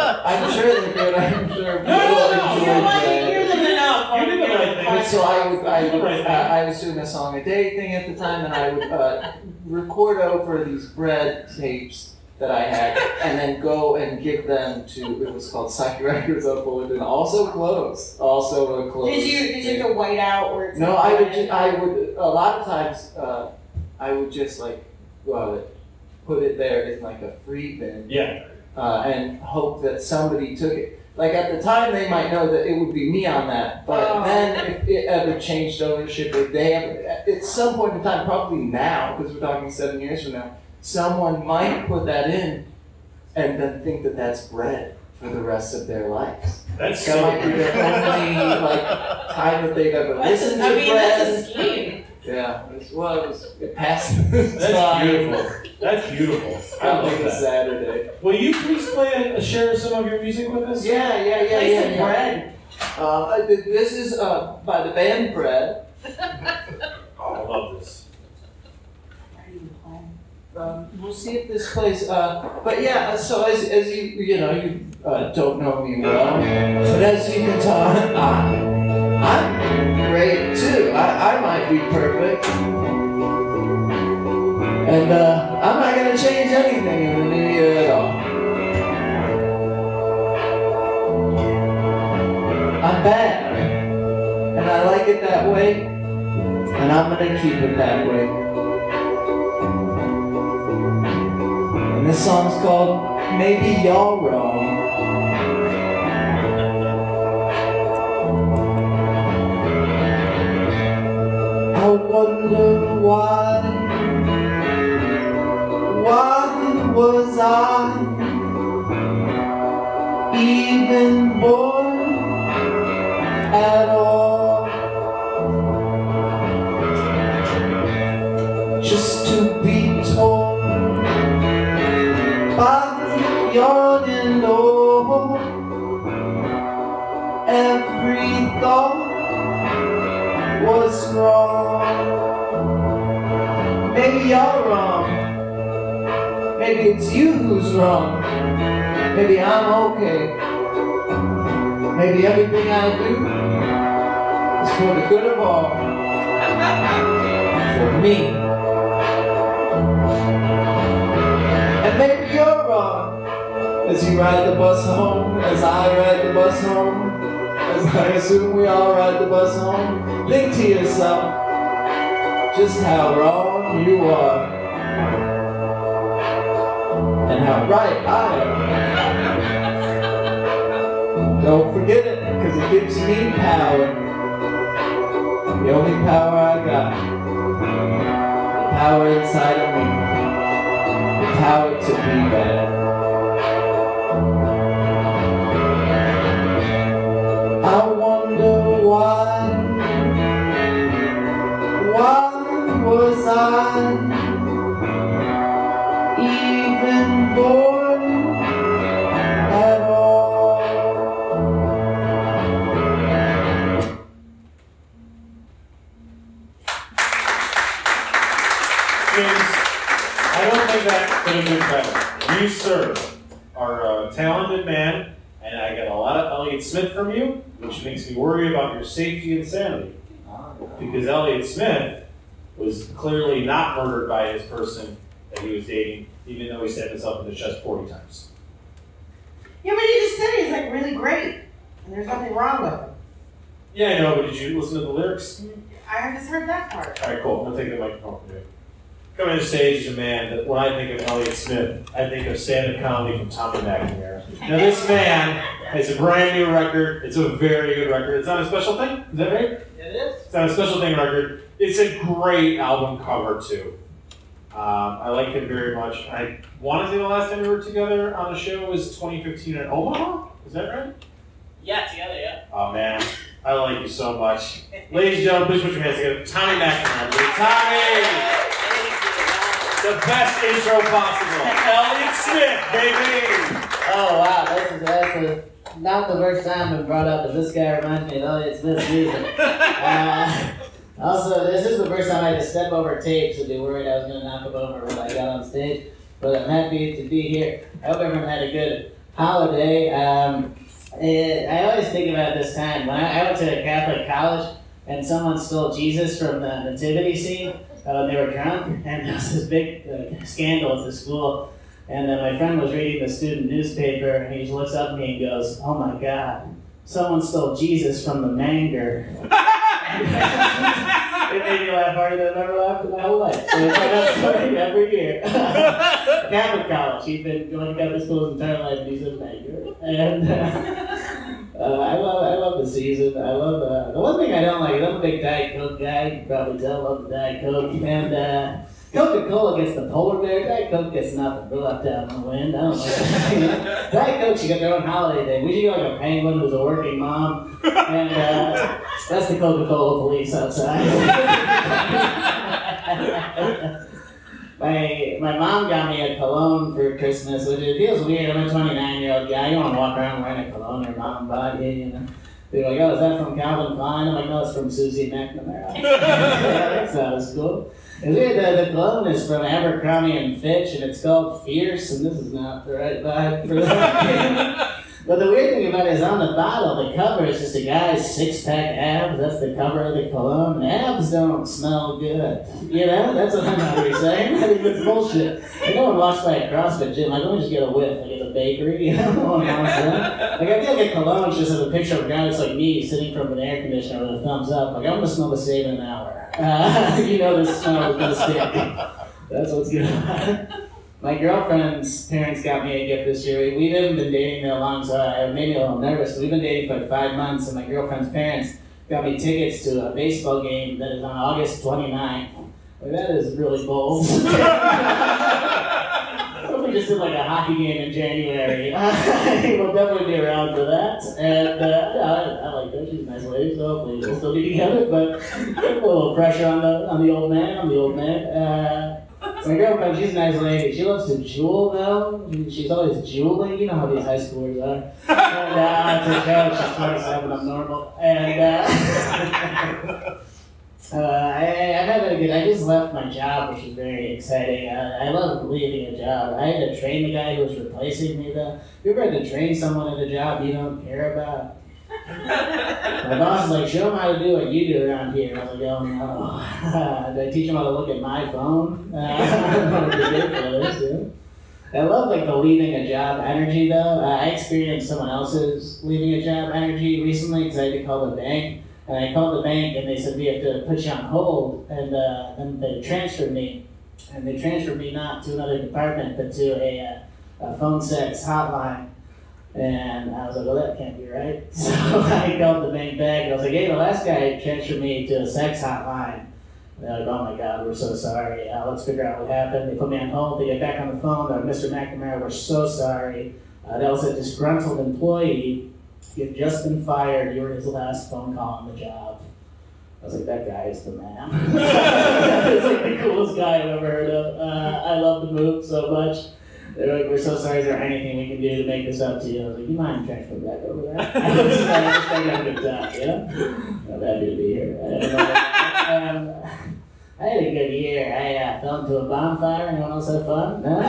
Speaker 1: sure,
Speaker 5: for free.
Speaker 1: sure.
Speaker 5: I'm sure they did. I'm sure.
Speaker 1: Oh, No, no, no,
Speaker 5: people
Speaker 3: You know what? You
Speaker 5: enjoyed
Speaker 3: hear
Speaker 5: it.
Speaker 3: them enough.
Speaker 1: You did the right thing.
Speaker 5: But so I would, I,
Speaker 1: You did
Speaker 5: would,
Speaker 1: the
Speaker 5: uh,
Speaker 1: right thing.
Speaker 5: I I was doing a song a day thing at the time, and I would uh, record over these bread tapes that I had, and then go and give them to. It was called Psych Records up Linden, also closed, also a closed.
Speaker 3: Did you did you
Speaker 5: thing.
Speaker 3: go white out or it's
Speaker 5: No, I would. Ju- I would. A lot of times, uh, I would just like uh, put it there in like a free bin
Speaker 1: Yeah.
Speaker 5: uh, and hope that somebody took it. Like at the time, they might know that it would be me on that, but
Speaker 3: Oh.
Speaker 5: then if it ever changed ownership, if they ever, at some point in time, probably now, because we're talking seven years from now, someone might put that in and then think that that's bread for the rest of their lives.
Speaker 1: That's
Speaker 5: That might be
Speaker 1: so.
Speaker 5: their only like time that they've ever
Speaker 3: That's
Speaker 5: listened to
Speaker 3: I mean,
Speaker 5: bread.
Speaker 3: that's a scheme.
Speaker 5: Yeah, it was, well, it was it passed.
Speaker 1: That's beautiful. That's beautiful. I
Speaker 5: I
Speaker 1: love
Speaker 5: think it's
Speaker 1: that.
Speaker 5: Saturday.
Speaker 1: Will you please play a, a share of some of your music with us?
Speaker 5: Yeah, yeah, yeah,
Speaker 3: Play
Speaker 5: yeah.
Speaker 3: some
Speaker 5: yeah.
Speaker 3: bread.
Speaker 5: Uh, I did- this is uh, by the band Bread.
Speaker 1: Oh, I love this.
Speaker 5: Um, we'll see if this plays. Uh, but yeah, uh, so as, as you you know you uh, don't know me well, but as you can tell, I, I'm great too. I, I might be perfect, and uh, I'm not gonna change anything in the new year at all. I'm bad, and I like it that way, and I'm gonna keep it that way. And this song's called Maybe Y'all Wrong. I wonder why, why was I even born at all? Just to be told by your and all every thought was wrong maybe you're wrong maybe it's you who's wrong maybe i'm okay maybe everything i do is for the good of all for me And maybe you're wrong as you ride the bus home, as I ride the bus home, as I assume we all ride the bus home. Think to yourself just how wrong you are and how right I am. Don't forget it, because it gives me power. The only power I got. The power inside of me the power to be bad. I wonder why, why was I even born at all?
Speaker 1: James, I don't think that could have been better. You, sir, are a talented man, and I get a lot of Elliott Smith from you, which makes me worry about your safety and sanity. Because Elliott Smith was clearly not murdered by his person that he was dating, even though he stabbed himself in the chest 40 times.
Speaker 3: Yeah, but he just said he's like really great, and there's nothing wrong with him.
Speaker 1: Yeah, I know, but did you listen to the lyrics?
Speaker 3: I just heard that part.
Speaker 1: All right, cool. We'll take the microphone from you. Coming to stage is a man that when I think of Elliot Smith, I think of stand-up comedy from Tommy McNamara. Now this man has a brand new record. It's a very good record. It's not a special thing. Is that right?
Speaker 3: It is.
Speaker 1: It's not a special thing record. It's a great album cover too. Um, I liked it very much. I want to say the last time we were together on the show was 2015 in Omaha. Is that right?
Speaker 2: Yeah, together, yeah.
Speaker 1: Oh man, I like you so much. Ladies and gentlemen, please put your hands together. Tommy McIntyre. Tommy! The best intro possible. Elliot Smith, baby!
Speaker 6: Oh wow, this is actually not the first time been brought up, but this guy reminds me of Elliot Smith's music. uh, also, this is the first time I had to step over tape, so be worried I was gonna knock him over when I got on stage.
Speaker 5: but I'm happy to be here. I hope everyone had a good holiday. Um, eh, I always think about this time. When I, I went to a Catholic college, and someone stole Jesus from the nativity scene uh, when they were drunk, and there was this big uh, scandal at the school. And uh, my friend was reading the student newspaper, and he just looks up at me and goes, "Oh my God, someone stole Jesus from the manger." it made me laugh harder than I've ever laughed in my whole life. So it's like that story every year. Catholic college. He's been going to Catholic school his entire life, and he's in Bangor. And uh, uh, I love, I love the season. I love uh, the one thing I don't like. is I'm a big Diet Coke guy. You can probably tell. I love the Diet Coke and. Uh, Coca Cola gets the polar bear. Diet Coke gets nothing. We're left out in the wind. I don't know. Diet Coke should get their own holiday thing. We should go like a penguin who's a working mom. And uh, that's the Coca Cola police outside. my my mom got me a cologne for Christmas, which it feels weird. I'm a 29 year old guy. You don't want to walk around wearing a cologne your mom bought you, you know. They're like, oh, is that from Calvin Klein? I'm like, no, it's from Susie McNamara. that sounds cool. It's weird that uh, the cologne is from Abercrombie and Fitch, and it's called Fierce, and this is not the right vibe for that. But the weird thing about it is on the bottle, the cover is just a guy's six pack abs. That's the cover of the cologne. Abs don't smell good. You know, that's what I'm always saying. I think that's bullshit. I go and walks by a CrossFit gym. Like, let me just get a whiff. Like, at a bakery. You know what I'm saying? Like, I feel like a cologne just has a picture of a guy that's like me sitting from an air conditioner with a thumbs up. Like, I'm going to smell the same in an hour. Uh, you know, this smell is going to stick. That's what's going on. My girlfriend's parents got me a gift this year. We, we haven't been dating that long, so I it made me a little nervous. We've been dating for like five months, and my girlfriend's parents got me tickets to a baseball game that is on August 29th. Like, that is really bold. What if we just did like a hockey game in January? we'll definitely be around for that. And uh, yeah, I, I like her. She's a nice lady, so hopefully we'll still be together. But put a little pressure on the on the old man. On the old man. Uh, my girlfriend, she's a nice lady. She loves to jewel though. She- She's always jeweling. You know how these high schoolers are. And uh, to show she's 27, I'm normal. And uh, uh, I, I- I've had a good. I just left my job, which is very exciting. I, I love leaving a job. I had to train the guy who was replacing me though. You ever had to train someone at a job you don't care about? My boss was like, show him how to do what you do around here. I was like, oh no. Did I teach him how to look at my phone? Uh, I don't know what to do for this, yeah. I love like the leaving a job energy though. Uh, I experienced someone else's leaving a job energy recently because I had to call the bank. And I called the bank and they said, we have to put you on hold. And uh, then they transferred me. And they transferred me not to another department, but to a, uh, a phone sex hotline. And I was like, well, that can't be right. So I called the bank back and I was like, hey, the last guy transferred me to a sex hotline. And they're like, oh my God, we're so sorry. Uh, let's figure out what happened. They put me on hold. They get back on the phone. They're like, Mr. McNamara, we're so sorry. Uh, that was a disgruntled employee. You've just been fired. You were his last phone call on the job. I was like, that guy is the man. It's like the coolest guy I've ever heard of. Uh, I love the move so much. They're like, we're so sorry, is there anything we can do to make this up to you? I was like, you mind transferring back over there? I was just like, I just think I'm good time, you know? I'm happy to be here. And, um, I had a good year. I uh, fell into a bonfire. Anyone else have fun? No? I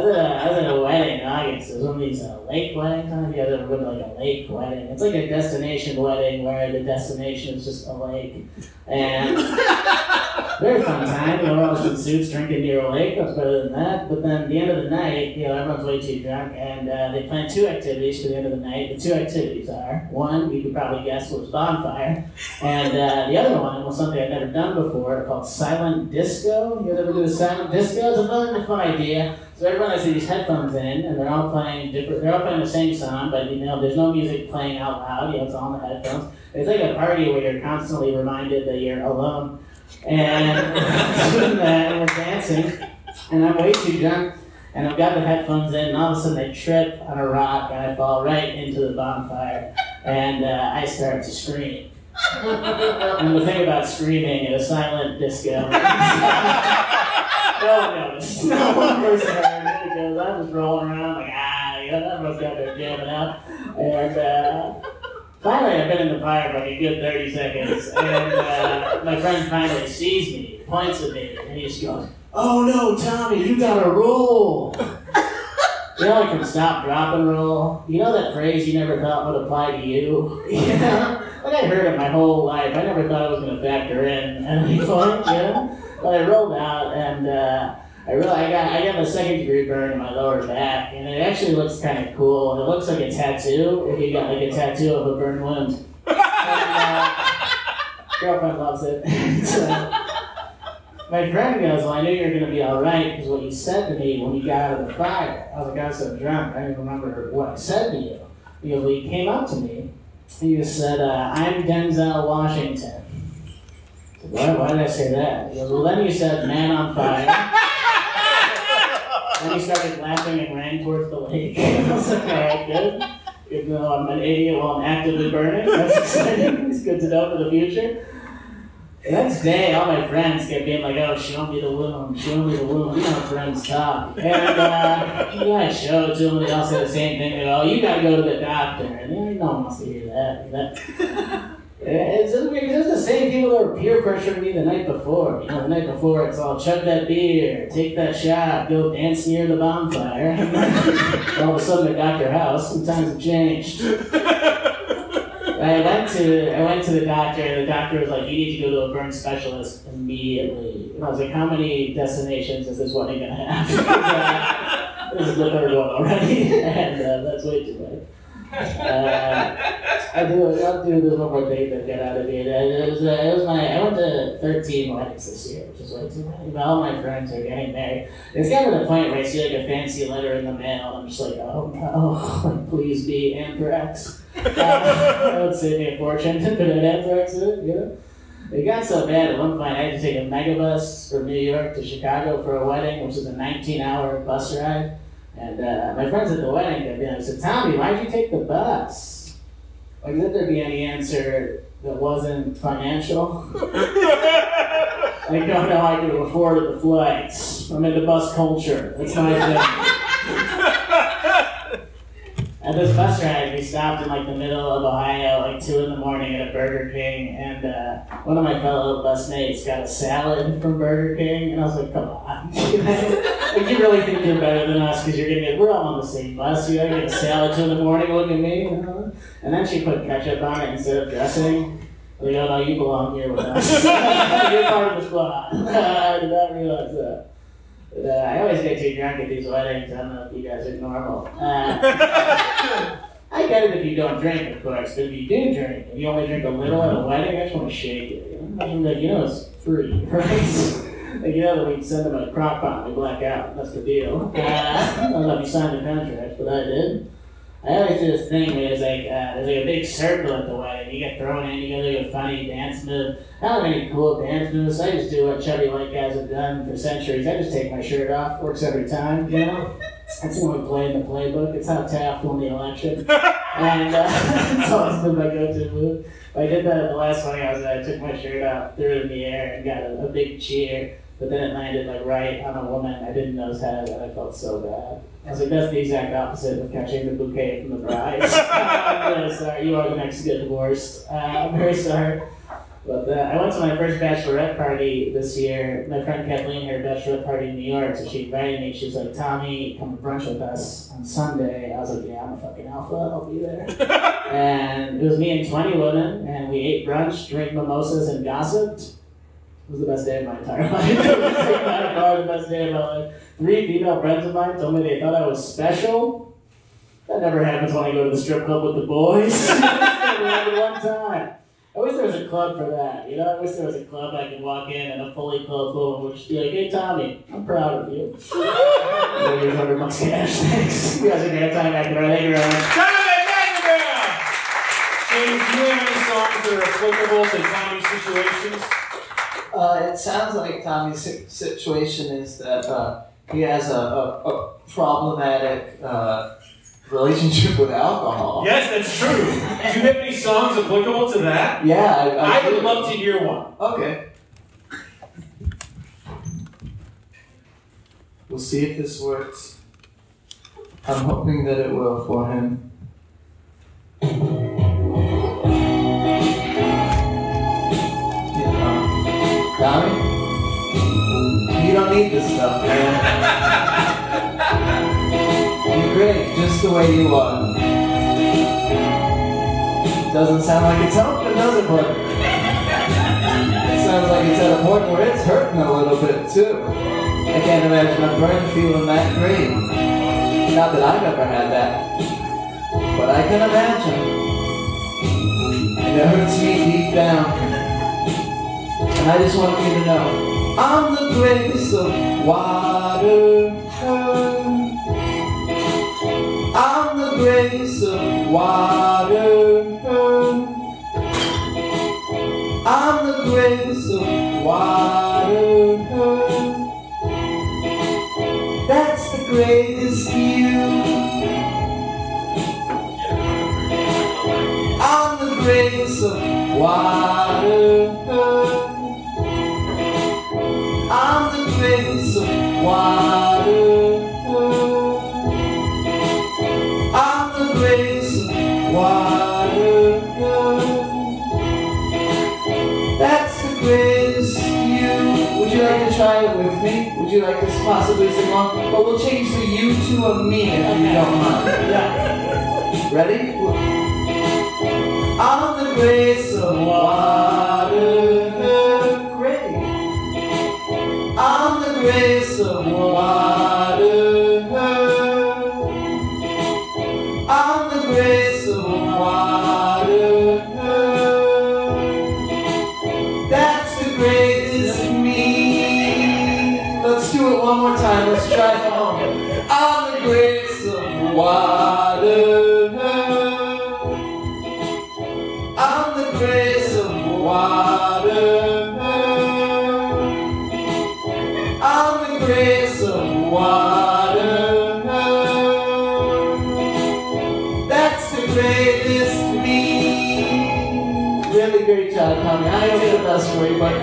Speaker 5: was, at a, I was at a wedding in August. It was one of these uh, lake weddings. I don't know if you guys ever been to like a lake wedding. It's like a destination wedding where the destination is just a lake. And very fun time. You know, I was in suits drinking near a lake. That's better than that. But then at the end of the night, you know, everyone's way too drunk, and uh, they plan two activities for the end of the night. The two activities are one, you could probably guess was bonfire, and uh, the other one was something I've never done before called silent disco. You guys ever do a silent disco? It's a fun, fun idea. So everyone has these headphones in, and they're all playing different. They're all playing the same song, but you know, there's no music playing out loud. You know, it's all in the headphones. It's like a party where you're constantly reminded that you're alone and we're doing that, and we're dancing, and I'm way too drunk, and I've got the headphones in, and all of a sudden I trip on a rock, and I fall right into the bonfire, and uh, I start to scream. and the thing about screaming at a silent disco, no one noticed. No one person heard it because I was rolling around like ah, you know, everyone's got their jamming out, and. Uh, Finally, I've been in the fire for like a good 30 seconds, and uh, my friend finally sees me, points at me, and he just goes, oh no, Tommy, you gotta roll. you know, like from stop, drop, and roll. You know that phrase you never thought would apply to you? You know? Like I heard it my whole life. I never thought it was gonna factor in at any point, you know? But I rolled out and uh I really I got I got a second degree burn in my lower back and it actually looks kinda cool. It looks like a tattoo if you got like a tattoo of a burned wound. And, uh, girlfriend loves it. So- my friend goes, Well, I knew you were going to be all right because what you said to me when you got out of the fire. I was like, I was so drunk, I didn't remember what I said to you. He goes, Well, you came up to me and you said, uh, I'm Denzel Washington. I said, Why, why did I say that? He goes, Well, then you said, Man on fire. then he started laughing and ran towards the lake. I was like, All right, good. Even though I'm an idiot while I'm actively burning, that's exciting. It's good to know for the future. The next day, all my friends kept being like, oh, show me the wound, show me the wound. You know, friends talk. And uh, you gotta show it to them, they all say the same thing. They go, you gotta go to the doctor. And eh, no one wants to hear that. that. Eh, It's just, because it's the same people that were peer pressuring me the night before. You know, the night before, it's all chug that beer, take that shot, go dance near the bonfire. all of a sudden, they're at your house. Sometimes it changed. I went to I went to the doctor and the doctor was like, You need to go to a burn specialist immediately. And I was like, How many destinations is this wedding gonna have? this is the third one already, and uh, that's way too late. Uh, I do I'll do this one more thing to get out of here. It was, uh, it was my I went to thirteen weddings this year, which is way too many. But all my friends are getting married. It's gotten to the point where I see like a fancy letter in the mail, and I'm just like, oh no, like, please be anthrax uh, that would save me a fortune to put an anthrax in it, you know? It got so bad at one point I had to take a megabus from New York to Chicago for a wedding, which was a 19 hour bus ride. And uh, my friends at the wedding, they'd be like, so Tommy, why'd you take the bus? Like, did there be any answer that wasn't financial? like, no, no, I could have afforded the flights. I'm into bus culture. That's my thing. At this bus ride, we stopped in like the middle of Ohio, like two in the morning at a Burger King, and uh, one of my fellow bus mates got a salad from Burger King, and I was like, "Come on, like you really think you're better than us because you're gonna get we're all on the same bus. You gotta get a salad two in the morning. Look at me." you know? And then she put ketchup on it instead of dressing. I was Like, oh no, you belong here with us. you're part of the squad. I did not realize that. But, uh, I always get too drunk at these weddings. I don't know if you guys are normal. Uh, I get it if you don't drink, of course, but if you do drink, if you only drink a little at a wedding, I just want to shake it. You know? I'm like, you know, it's free, right? like, you know, that we send them a crock pot and we black out. That's the deal. Uh, I don't know if you signed the contract, but I did. I always do this thing where there's like, uh, there's like a big circle at the wedding. You get thrown in, you gotta do a funny dance move. I don't have any cool dance moves. I just do what chubby white guys have done for centuries. I just take my shirt off. Works every time, you know? That's the only play in the playbook. It's how Taft won the election. and uh, it's always been my go-to move. I did that at the last one. I was at, I took my shirt off, threw it in the air, and got a, a big cheer. But then it landed like right on a woman. I didn't know how that. I felt so bad. I was like, that's the exact opposite of catching the bouquet from the bride. I'm very sorry. You are the next to get divorced. Uh, I'm very sorry. But uh, I went to my first bachelorette party this year. My friend Kathleen had a bachelorette party in New York, so she invited me. She was like, Tommy, come to brunch with us on Sunday. I was like, yeah, I'm a fucking alpha. I'll be there. and it was me and 20 women, and we ate brunch, drank mimosas, and gossiped. It was the best day of my entire life. it was like, by far the best day of my life. Three female friends of mine told me they thought I was special. That never happens when I go to the strip club with the boys. It happened one time. I wish there was a club for that. You know, I wish there was a club I could walk in and a fully clothed woman would just be like, "Hey, Tommy, I'm proud of you." Here's hundred bucks cash. Thanks. You guys are great. Time back right later on.
Speaker 1: Donovan Vanderbilt! James, do you have any songs that are applicable to common situations?
Speaker 4: Uh, it sounds like Tommy's si- situation is that uh, he has a, a, a problematic uh, relationship with alcohol.
Speaker 1: Yes, that's true. Do you have any songs applicable to that?
Speaker 4: Yeah, I, I,
Speaker 1: I would
Speaker 4: do.
Speaker 1: love to hear one.
Speaker 4: Okay. We'll see if this works. I'm hoping that it will for him. Yeah. Tommy? You don't
Speaker 3: need this stuff, man. You're great, just the way you are. Doesn't sound like it's helping, does it, bud? It sounds like it's at a point where it's hurting a little bit, too. I can't imagine my brain feeling that great. Not that I've ever had that. But I can imagine. And it hurts me deep down. And I just want you to know, I'm the grace of water. I'm the grace of water. I'm the grace of water. That's the greatest you. I'm the grace of water. I'm the grace of water. I'm the grace of water. That's the greatest you. Would you like to try it with me? Would you like to possibly sing along? But we'll change the you to a me if you don't mind.
Speaker 5: Yeah.
Speaker 3: Ready? On the grace of water, great. On the grace of water, on the grace of water. That's the greatest me. Let's do it one more time. Let's try it home. On the grace of water. On the grace of water. On the grace of water. That's the greatest me. Really great job, Tommy. I don't the best for you, but.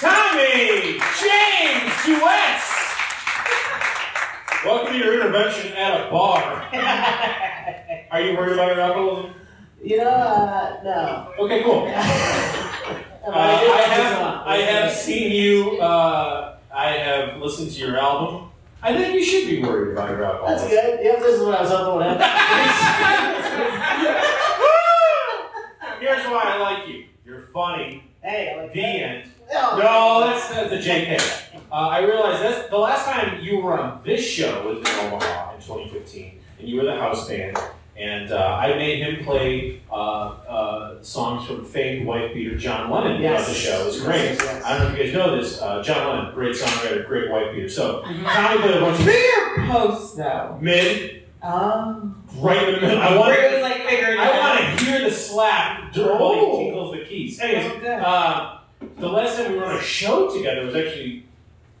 Speaker 1: Tommy James Duets. Welcome to your intervention at a bar. Are you worried about your alcoholism?
Speaker 5: You know, uh, no.
Speaker 1: Okay, cool. Uh, I have I have seen you. Uh, I have listened to your album. I think you should be worried about your
Speaker 5: That's
Speaker 1: alcoholism.
Speaker 5: good. Yeah, this is what I was hoping would happen.
Speaker 1: Here's why I like you. You're funny.
Speaker 5: hey, I like
Speaker 1: The
Speaker 5: that.
Speaker 1: end.
Speaker 5: No,
Speaker 1: No, that's that's a JK. Uh, I realized that's the last time you were on this show was in Omaha in 2015, and you were the house band. And uh, I made him play uh, uh, songs from famed wife beater John Lennon
Speaker 5: Yes.
Speaker 1: throughout the show. It was great.
Speaker 5: Yes, yes,
Speaker 1: I don't know if you guys know this. Uh, John Lennon, great songwriter, great white beater. So Tommy played a bunch of
Speaker 3: Beer post though.
Speaker 1: mid,
Speaker 3: Um,
Speaker 1: right in the middle. I want,
Speaker 7: Where it was like figuring it
Speaker 1: I
Speaker 7: out.
Speaker 1: want to hear the slap during while
Speaker 3: Oh.
Speaker 1: he tinkles the keys. Anyways, uh, the last time we were on a show together was actually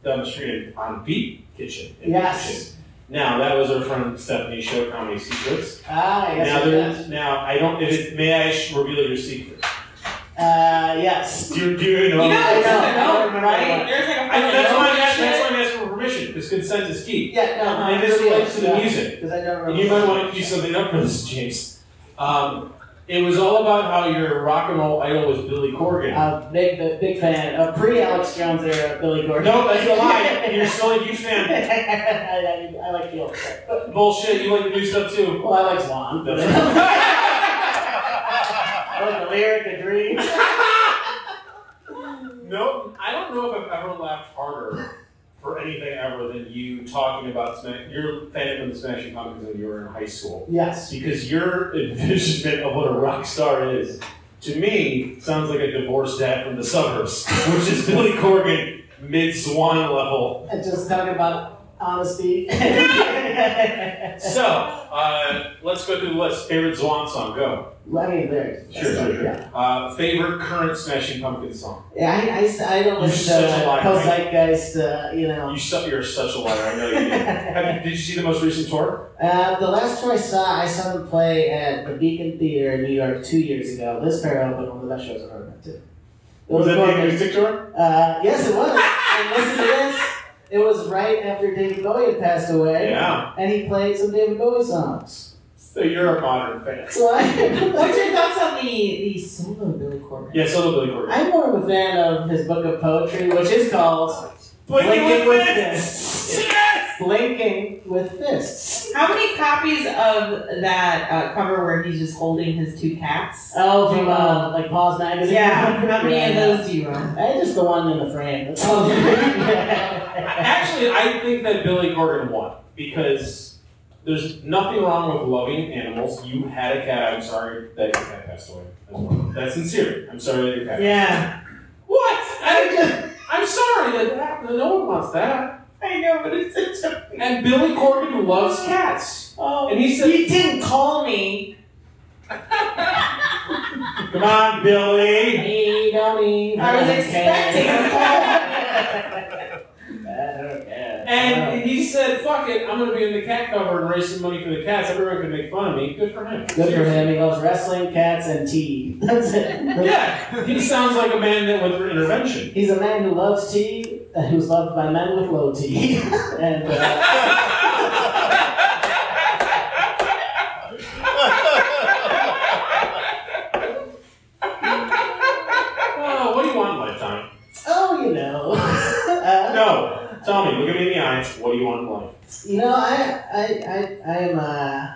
Speaker 1: down the street on Beat Kitchen. in Beat
Speaker 5: Yes.
Speaker 1: Kitchen. Now that was our friend Stephanie's show, Comedy Secrets.
Speaker 5: Ah, yes.
Speaker 1: now
Speaker 5: I
Speaker 1: there's
Speaker 5: guess.
Speaker 1: now I don't. If it, may I sh- reveal your secret?
Speaker 5: Uh, yes.
Speaker 1: Do you, do you know?
Speaker 7: You know, there's something
Speaker 5: No, I don't
Speaker 7: else,
Speaker 5: remember
Speaker 7: right?
Speaker 5: that.
Speaker 7: There's like a
Speaker 1: I, that's why I'm asking. That's
Speaker 7: shit.
Speaker 1: why I'm asking for permission. Because consent is key.
Speaker 5: Yeah, no.
Speaker 1: and this relates to the music.
Speaker 5: Because I don't
Speaker 1: And
Speaker 5: remember.
Speaker 1: you might want to do something up for this, James. Um, it was all about how your rock and roll idol was Billy Corgan.
Speaker 5: Uh, big, big, big fan. Uh, pre Alex Jones era, Billy Gordon.
Speaker 1: No, that's a lie. You're still a huge fan.
Speaker 5: I, I, I like the old stuff.
Speaker 1: Bullshit. You like the new stuff too.
Speaker 5: Well, I like Swan. but-
Speaker 1: That's right.
Speaker 5: I like the lyric, the dream.
Speaker 1: No, I don't know if I've ever laughed harder for anything ever than you talking about Smash. Your fandom of the Smashing Pumpkins when you were in high school,
Speaker 5: Yes.
Speaker 1: because your envisionment of what a rock star is, to me, sounds like a divorced dad from the suburbs, which is Billy Corgan mid Swan level.
Speaker 5: And just talking about honesty. Let
Speaker 1: So, uh, let's go through the list. Favorite Zwan song, go.
Speaker 5: me lyrics.
Speaker 1: Sure, sure, sure.
Speaker 5: Yeah,
Speaker 1: Uh, favorite current Smashing Pumpkins song.
Speaker 5: yeah I, I, used to- I don't
Speaker 1: You're
Speaker 5: listen
Speaker 1: such a liar.
Speaker 5: to post zeitgeist, uh, you know.
Speaker 1: You su- you're such a liar. I know you. Did. Have you, did you see the most recent tour?
Speaker 5: Uh, the last tour I saw, I saw them play at the Beacon Theater in New York two years ago. This pair opened one of the best shows I've ever been to. It
Speaker 1: Was that the
Speaker 5: gorgeous.
Speaker 1: acoustic tour?
Speaker 5: Uh, yes, it was. and listen to this. It was right after David Bowie had passed away,
Speaker 1: Yeah.
Speaker 5: and he played some David Bowie songs.
Speaker 1: So you're a modern fan.
Speaker 5: So I,
Speaker 7: What's your thoughts on the the
Speaker 4: Solo Billy Corgan.
Speaker 5: Yeah, solo Billy Corgan.
Speaker 3: I'm more of a fan of his book of poetry, which is called Blinking with Fists. Blinking with Fists.
Speaker 8: How many copies of that uh, cover where he's just holding his two cats?
Speaker 5: Oh, from uh, like Paul's magazine.
Speaker 8: Yeah, how many
Speaker 5: Yeah,
Speaker 8: of
Speaker 5: I know.
Speaker 8: those do you own?
Speaker 5: I just the one in the frame. That's all.
Speaker 1: Actually, I think that Billy Corgan won because there's nothing wrong with loving animals. You had a cat. I'm sorry that your cat passed away. That's, one. That's sincere. I'm sorry that your cat.
Speaker 8: Yeah.
Speaker 1: What? I just, I'm sorry that, that no one wants that.
Speaker 8: I know, but it's such a.
Speaker 1: And Billy Corgan loves cats.
Speaker 8: Oh,
Speaker 1: And he said-
Speaker 8: you didn't call me.
Speaker 1: Come on, Billy.
Speaker 5: Hey, dummy.
Speaker 8: I was expecting a call.
Speaker 1: And he said, "Fuck it, I'm gonna be in the cat cover and raise some money for the cats. Everyone can make fun of me. Good for him.
Speaker 5: Good for him. He loves wrestling, cats, and tea. That's it.
Speaker 1: Yeah, he sounds like a man that went through intervention.
Speaker 5: He's a man who loves tea, and who's loved by men with low tea. and uh,
Speaker 1: Oh, what do you want, lifetime?
Speaker 5: oh, you know, uh,
Speaker 1: No, tell me. Look at me in the eyes. What do you want in life?
Speaker 5: you know, I, I, I, I am uh,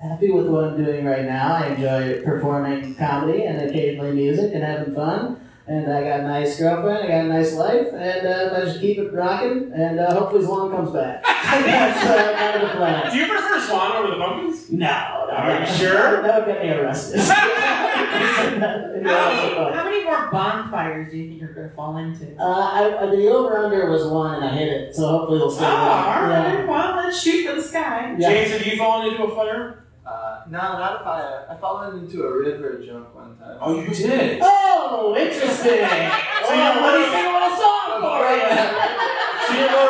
Speaker 5: happy with what I'm doing right now. I enjoy performing comedy and occasionally music and having fun. And I got a nice girlfriend. I got a nice life, and uh, I should keep it rocking. And uh, hopefully, Swan comes back. That's uh, kind of the plan.
Speaker 1: Do you prefer Swan over the Pumpkins?
Speaker 5: No, no.
Speaker 1: Are you
Speaker 5: no.
Speaker 1: sure?
Speaker 5: That would get me arrested.
Speaker 8: How many, how many more bonfires do you think you're going to fall into?
Speaker 5: Uh, I, I- the over under was one and I hit it, so hopefully it'll stay.
Speaker 1: Oh,
Speaker 5: there. Yeah.
Speaker 8: Well, let's shoot for the sky.
Speaker 5: Yeah.
Speaker 1: James, have you fallen into a fire?
Speaker 4: Uh, no, not a fire. I fallen into a river junk one time.
Speaker 1: Oh, you did.
Speaker 5: Oh, interesting.
Speaker 1: So you're
Speaker 5: oh, what do you
Speaker 1: literally-
Speaker 5: sing a little song
Speaker 4: Oh,
Speaker 5: for?
Speaker 1: So you're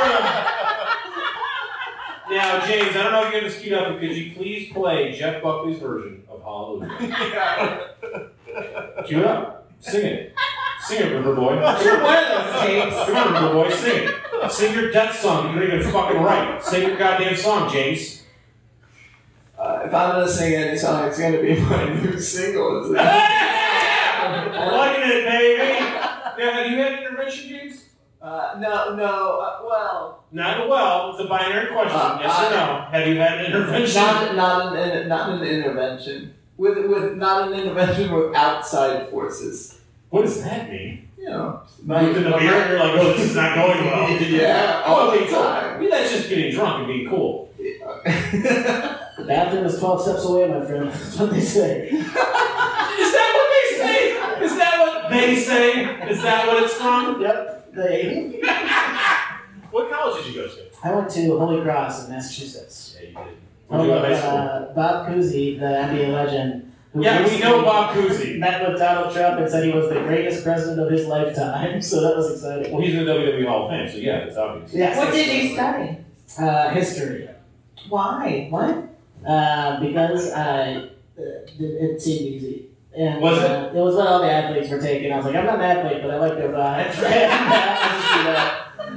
Speaker 1: Now, James, I don't know if you have this queued up, but could you please play Jeff Buckley's version of Hallelujah? Cue it up. Sing it. Sing it, River Boy.
Speaker 8: You're one of those James.
Speaker 1: Come on, River Boy, sing it. Sing your death song. You're not even fucking right. Sing your goddamn song, James.
Speaker 4: Uh, if I'm gonna sing any song, it's gonna be my new single. It's like,
Speaker 1: Yeah! Looking it, baby. Now, have you had intervention, James?
Speaker 4: uh, no, no, uh, well,
Speaker 1: Not a well. It's a binary question.
Speaker 4: Uh,
Speaker 1: yes or
Speaker 4: I-
Speaker 1: no? Have you had an intervention?
Speaker 4: not not an in- not an intervention with with not an intervention with outside forces.
Speaker 1: what does that mean?
Speaker 4: You know,
Speaker 1: Like, in the mirror, you're like, oh, this is not going well.
Speaker 4: yeah, all
Speaker 1: Oh,
Speaker 4: the
Speaker 1: okay, cool.
Speaker 4: time.
Speaker 1: Maybe that's just getting drunk and being cool.
Speaker 5: The bathroom is 12 steps away, my friend. That's what they say.
Speaker 1: Is that what they say? Is that what they say? Is that what it's from?
Speaker 5: Yep. They,
Speaker 1: What college did you go to?
Speaker 5: I went to Holy Cross in Massachusetts.
Speaker 1: Yeah, you did.
Speaker 5: Oh,
Speaker 1: Where'd you go to high school?
Speaker 5: uh, Bob Cousy, the NBA legend. who
Speaker 1: Yeah, we
Speaker 5: recently
Speaker 1: know Bob Cousy.
Speaker 5: Met with Donald Trump and said he was the greatest president of his lifetime, so that was exciting.
Speaker 1: Well, he's in the WWE Hall of Fame, so yeah, that's obvious.
Speaker 5: Yes.
Speaker 8: What did you study?
Speaker 5: Uh, history.
Speaker 8: Why? What?
Speaker 5: Uh, because I, uh, it, it seemed easy. And,
Speaker 1: Was it?
Speaker 5: Uh, it was what all the athletes were taking. I was like, I'm not an athlete, but I like their vibes. And, uh,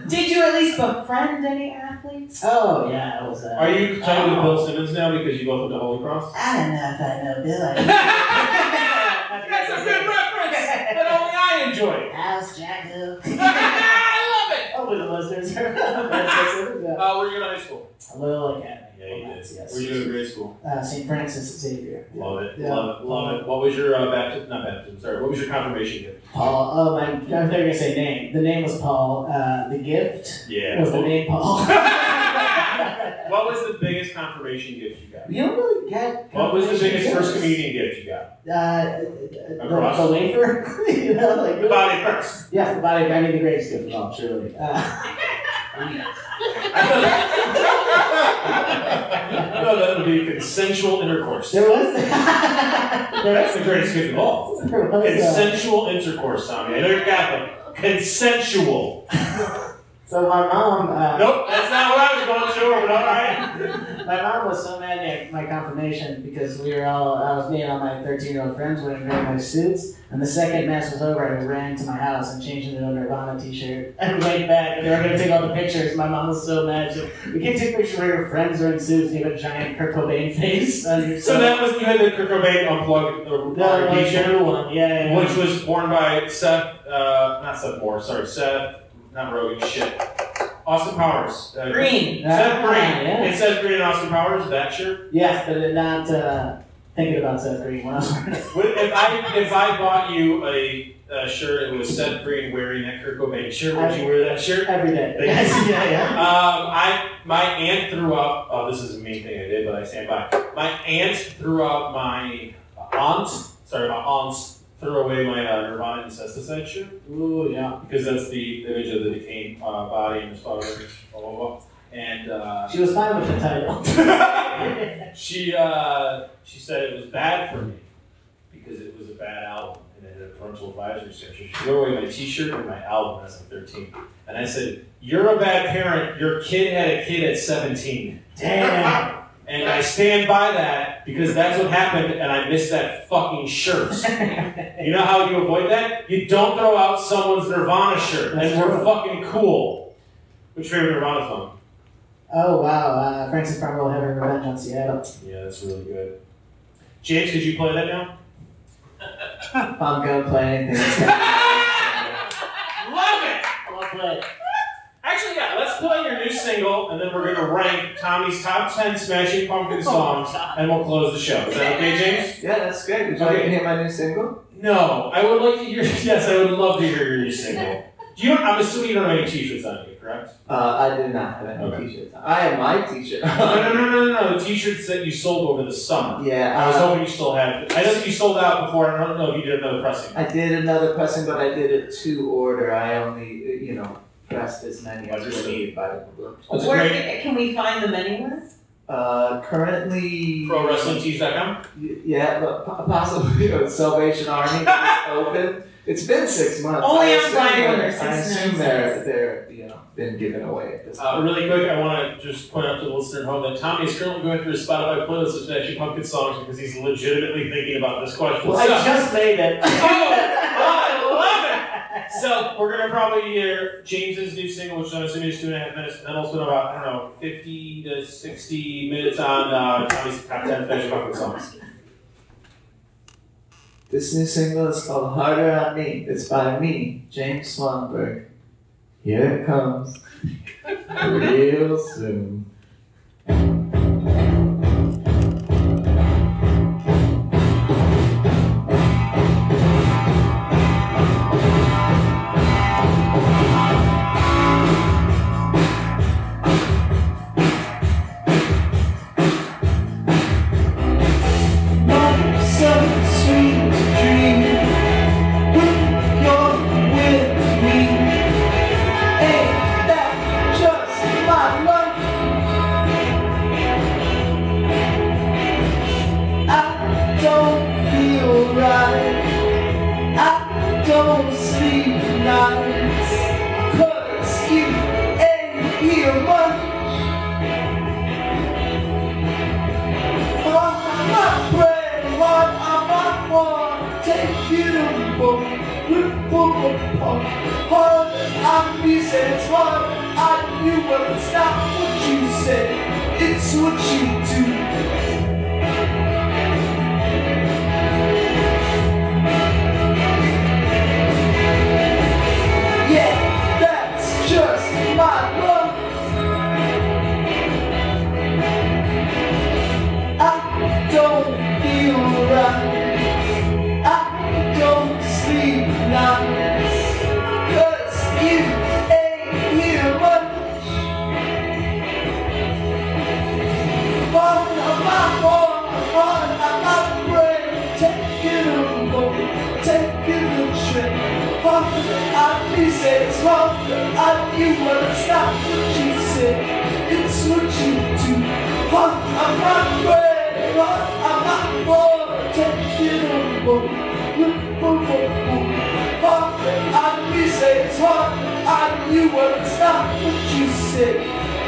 Speaker 8: Did you at least befriend any athletes?
Speaker 5: oh, yeah, I was. Uh,
Speaker 1: Are you talking to Bill Simmons now because you both went to Holy Cross?
Speaker 5: I don't know if I know Bill. I-
Speaker 1: That's a good reference that only I enjoy.
Speaker 5: How's Jacko?
Speaker 1: I love it.
Speaker 5: Hopefully the listeners are. yeah.
Speaker 1: Uh, where you go to high school?
Speaker 5: Little Academy.
Speaker 1: Yeah, you did.
Speaker 5: Yes.
Speaker 1: Where you go to grade school?
Speaker 5: Uh, St. Francis Xavier.
Speaker 1: Love it,
Speaker 5: Yeah.
Speaker 1: love it, love it. What was your uh, baptism? Not baptism. Sorry. What was your confirmation gift?
Speaker 5: Paul. Oh, my. I was never going to say name. The name was Paul. Uh, the gift
Speaker 1: Yeah.
Speaker 5: was the
Speaker 1: What,
Speaker 5: name Paul.
Speaker 1: what was the biggest confirmation gift you got?
Speaker 5: You don't really get.
Speaker 1: What was the
Speaker 5: confirmation
Speaker 1: biggest first
Speaker 5: gifts.
Speaker 1: communion gift you got?
Speaker 5: Uh,
Speaker 1: A
Speaker 5: the,
Speaker 1: cross?
Speaker 5: the wafer, you know, like
Speaker 1: The body first.
Speaker 5: yeah, the body. I mean, the grave's good and all, surely. Uh,
Speaker 1: I know that would be consensual intercourse.
Speaker 5: there was. there
Speaker 1: That's the greatest gift of all.
Speaker 5: was. There was uh,
Speaker 1: Consensual intercourse, Tommy. I know you're Catholic. Consensual.
Speaker 5: so my mom. Uh,
Speaker 1: Nope, that's not what I was going to. But all right.
Speaker 5: my mom was so mad at my confirmation because we were all, I was me and all my 13 year old friends were in very nice suits. And the second mass was over, I ran to my house and changed into a Nirvana t shirt and went back. And they were going to take all the pictures. My mom was so mad. She, we can't take pictures where your friends are in suits and you have a giant Kurt Cobain face. on your-
Speaker 1: So that was you had the Kurt Cobain unplugged uh, the
Speaker 5: that
Speaker 1: the
Speaker 5: was
Speaker 1: t-shirt,
Speaker 5: the one. Yeah, yeah, yeah.
Speaker 1: which was worn by Seth, uh, not Seth Moore, sorry, Seth, not Rogan, shit, Austin Powers. Uh,
Speaker 2: Green.
Speaker 1: Seth Green.
Speaker 5: Ah, yeah.
Speaker 1: It says Green and Austin Powers, that shirt.
Speaker 5: Yes, but it not uh, thinking about Seth Green when I was wearing it.
Speaker 1: Would- If I if I bought you a, a shirt and it was Seth Green wearing that Kurt Cobain shirt, would you wear that shirt?
Speaker 5: every day.
Speaker 1: Thank you.
Speaker 5: yeah, yeah.
Speaker 1: Um, I my aunt threw up. Oh, this is a mean thing I did, but I stand by. My aunt threw up my aunt. Sorry, my aunt threw away my uh, Nirvana incesticide shirt.
Speaker 5: Ooh, yeah.
Speaker 1: because that's the image of the decaying uh, body and his father, blah, blah, blah. And uh,
Speaker 5: She was fine with the title.
Speaker 1: she uh, she said it was bad for me because it was a bad album and it had a parental advisory section. She threw away my T-shirt and my album. when I was like 13, and I said, "You're a bad parent. Your kid had a kid at 17."
Speaker 5: Damn.
Speaker 1: And I stand by that because that's what happened, and I missed that fucking shirt. you know how you avoid that? You don't throw out someone's Nirvana shirt, and we're fucking cool. Which favorite Nirvana song?
Speaker 5: Oh, wow. Uh, Francis Farmer having revenge on Seattle.
Speaker 1: Yeah, that's really good. James, could you play that now?
Speaker 9: If I'm gonna play anything, it's gonna
Speaker 1: Love it!
Speaker 5: Well played.
Speaker 1: Actually, yeah, let's play your new single, and then we're gonna rank Tommy's top 10 Smashing Pumpkin songs, and we'll close the show. Is that okay, James?
Speaker 9: be- yeah, that's great. Would you like to
Speaker 1: Okay.
Speaker 9: hear my new single?
Speaker 1: No, I would like to hear. Yes, I would love to hear your new single. Do you? I'm assuming you don't have any T-shirts on you, correct?
Speaker 9: Uh, I did not have any
Speaker 1: Okay.
Speaker 9: t-shirts. I have my t-shirt.
Speaker 1: no, no, no, no, no, no. The t-shirts that you sold over the summer. I was
Speaker 9: yeah, uh,
Speaker 1: hoping you still had. I know that you sold out before. and I don't know if you did another pressing.
Speaker 9: I did another pressing, but I did it to order. I only, you know, pressed as many as I need by the book.
Speaker 1: That's
Speaker 2: Where
Speaker 1: great.
Speaker 2: can we find them anywhere?
Speaker 9: Uh, currently,
Speaker 1: ProWrestlingTees.com.
Speaker 9: yeah, but po- possibly uh, Salvation Army is open. It's been six months.
Speaker 2: Only
Speaker 9: I
Speaker 2: on
Speaker 9: assume
Speaker 2: Friday when
Speaker 9: they're-
Speaker 2: they're
Speaker 9: I
Speaker 2: six
Speaker 9: assume
Speaker 2: months.
Speaker 9: they're they're you know been given away at this point.
Speaker 1: Uh, really quick, I want to just point out to the listener at home that Tommy is currently going through his Spotify playlist of Smashing Pumpkin songs because he's legitimately thinking about this question.
Speaker 5: Well, I
Speaker 1: So-
Speaker 5: just made it.
Speaker 1: Oh, I love it. So we're gonna probably hear James's new single, which I'm assuming is two and a half minutes, and then we'll spend about I don't know fifty to sixty minutes on uh, Tommy's top ten fashion fucking songs.
Speaker 9: This new single is called Harder on Me. It's by me, James Swanberg. Here it comes. Real soon.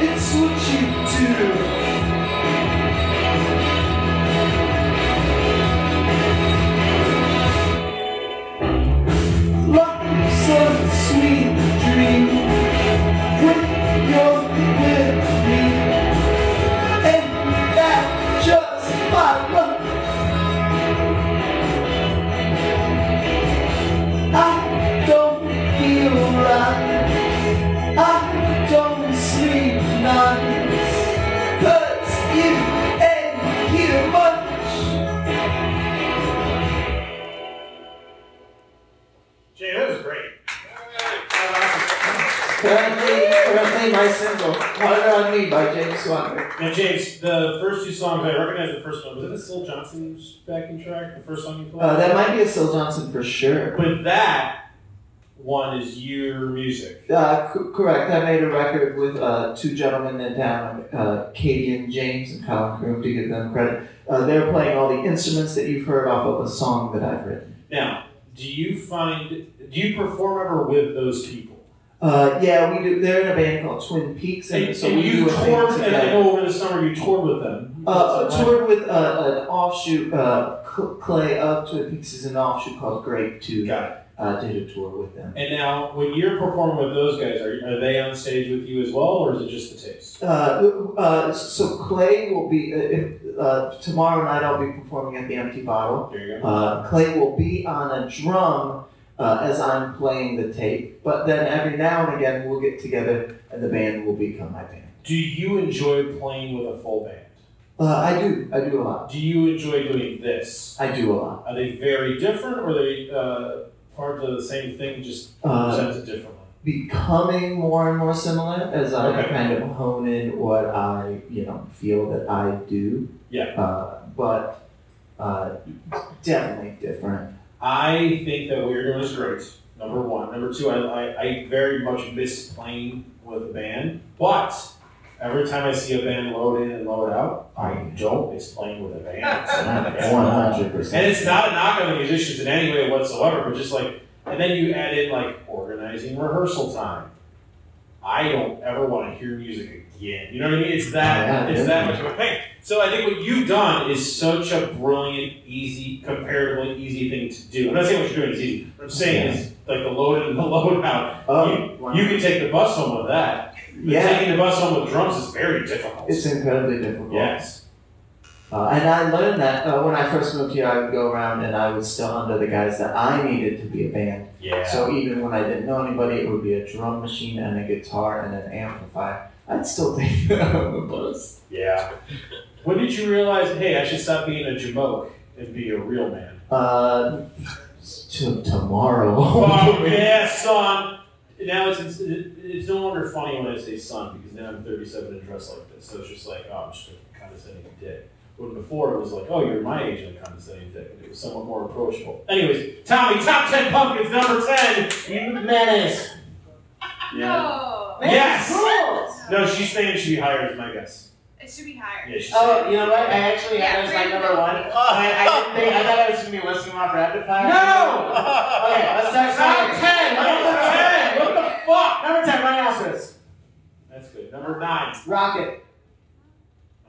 Speaker 3: It's what you do. Currently, currently my single, Harder on Me by James Wonder.
Speaker 1: Now, James, the first two songs, I recognize the first one. Was that a Syl Johnson's backing track? The first song you played?
Speaker 3: Uh, that might be a Syl Johnson for sure.
Speaker 1: But that one is your music.
Speaker 3: Uh, c- correct. I made a record with uh, two gentlemen in town, uh, Katie and James and Colin Croom, to give them credit. Uh, they're playing all the instruments that you've heard off of a song that I've written.
Speaker 1: Now, do you find, do you perform ever with those people?
Speaker 3: Uh, yeah, we do. They're in a band called Twin Peaks, and,
Speaker 1: And,
Speaker 3: so
Speaker 1: and
Speaker 3: we do
Speaker 1: you
Speaker 3: a thing
Speaker 1: toured, and I
Speaker 3: together.
Speaker 1: know over the summer you toured with them.
Speaker 3: Uh,
Speaker 1: That's
Speaker 3: I toured with uh, an offshoot, uh, Cl- Clay of Twin Peaks is an offshoot called Grape
Speaker 1: right.
Speaker 3: 2.
Speaker 1: Got it.
Speaker 3: Uh, did a tour with them.
Speaker 1: And now, when you're performing with those guys, are, are they on stage with you as well, or is it just the tapes?
Speaker 3: Uh, uh, so Clay will be uh, if, uh, tomorrow night. I'll be performing at the Empty Bottle.
Speaker 1: There you go.
Speaker 3: Uh, Clay will be on a drum uh, as I'm playing the tape. But then every now and again we'll get together and the band will become my band.
Speaker 1: Do you enjoy playing with a full band?
Speaker 3: Uh, I do. I do a lot.
Speaker 1: Do you enjoy doing this?
Speaker 3: I do a lot.
Speaker 1: Are they very different, or are they uh, part of the same thing, just
Speaker 3: Uh,
Speaker 1: presented differently?
Speaker 3: becoming more and more similar as I
Speaker 1: Okay.
Speaker 3: kind of hone in what I you know feel that I do.
Speaker 1: Yeah.
Speaker 3: Uh, but uh, definitely different.
Speaker 1: I think that what you're doing is great. Number one. Number two, I, I, I very much miss playing with a band, but every time I see a band load in and load out, I don't miss playing with a band.
Speaker 3: One hundred percent.
Speaker 1: And it's not a knock on the musicians in any way whatsoever, but just like, and then you add in like organizing rehearsal time. I don't ever want to hear music again. You know what I mean? It's that,
Speaker 3: Yeah,
Speaker 1: it's that
Speaker 3: yeah.
Speaker 1: much of a thing. So I think what you've done is such a brilliant, easy, comparatively easy thing to do. I'm not saying what you're doing is easy. What I'm saying is like the load in and the load out.
Speaker 3: Oh,
Speaker 1: You can take the bus home with that. But
Speaker 3: yeah,
Speaker 1: Taking the bus home with drums is very difficult.
Speaker 3: it's incredibly difficult.
Speaker 1: yes.
Speaker 3: Uh, and I learned that uh, when I first moved here, I would go around and I was still under the guise that I needed to be a band.
Speaker 1: Yeah.
Speaker 3: So even when I didn't know anybody, it would be a drum machine and a guitar and an amplifier. I'd still take the bus.
Speaker 1: Yeah. when did you realize, hey, I should stop being a jamoke and be a real man?
Speaker 3: Uh, to tomorrow.
Speaker 1: oh, yeah, son. Now it's, it's it's no longer funny when I say son because now I'm 37 and dressed like this. So it's just like, oh, I'm just a condescending dick. When before it was like, oh, you're my age and a condescending dick. And it was somewhat more approachable. Anyways, Tommy, top 10 pumpkins, number 10.
Speaker 5: You menace.
Speaker 1: Yeah.
Speaker 2: No.
Speaker 1: Yes!
Speaker 5: Cool.
Speaker 1: No, she's saying it should be higher, is my guess.
Speaker 2: It should be higher.
Speaker 1: Yeah, she's
Speaker 5: Oh, you know what? I actually had this my number one. I, I didn't think I thought I was gonna be listing them off rapid fire. Okay, let's start.
Speaker 1: Top
Speaker 5: starting.
Speaker 1: 10! Number 10! What the fuck?
Speaker 5: Number ten, rhinoceros.
Speaker 1: That's good. Number nine.
Speaker 5: Rocket.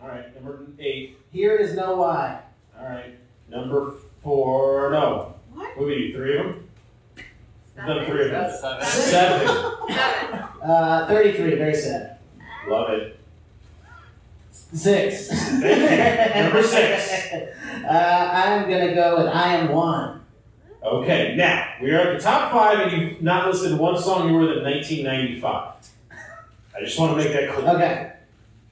Speaker 1: All right. Number eight.
Speaker 5: Here is no why.
Speaker 1: All right. Number four. No.
Speaker 2: What?
Speaker 1: What do you? Three of them? The three of them.
Speaker 2: Seven.
Speaker 1: Seven.
Speaker 2: Seven.
Speaker 5: Uh, thirty-three. Very sad.
Speaker 1: Love it.
Speaker 5: Six.
Speaker 1: Thank you. Number six.
Speaker 5: Uh, I'm gonna go with I am one.
Speaker 1: Okay. Now we are at the top five, and you've not listed one song you were in 1995. I just want to make that clear.
Speaker 5: Okay.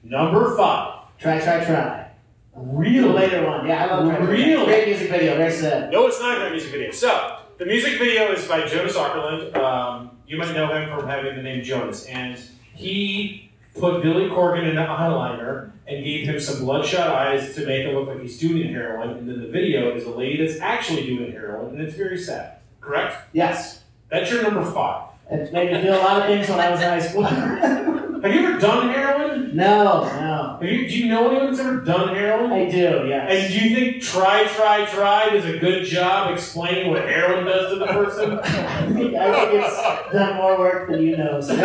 Speaker 1: Number five.
Speaker 5: Try, try, try. The
Speaker 1: Really?
Speaker 5: later one. Yeah, I love try. Try, Try.
Speaker 1: Really?
Speaker 5: Great music video. Very sad.
Speaker 1: No, it's not a great music video. So, the music video is by Jonas Ockerland. Um, you might know him from having the name Jonas. And he put Billy Corgan in an eyeliner and gave him some bloodshot eyes to make him look like he's doing heroin. And then the video is a lady that's actually doing heroin, and it's very sad. Correct?
Speaker 5: Yes.
Speaker 1: That's your number five.
Speaker 5: It made me feel a lot of things when I was in high school. no,
Speaker 1: Have you ever done heroin?
Speaker 5: no.
Speaker 1: Have you, do you know anyone that's ever done heroin?
Speaker 5: I do, yes.
Speaker 1: And do you think try, try, try does a good job explaining what heroin does to the person?
Speaker 5: I think, I think it's done more work than you know. So.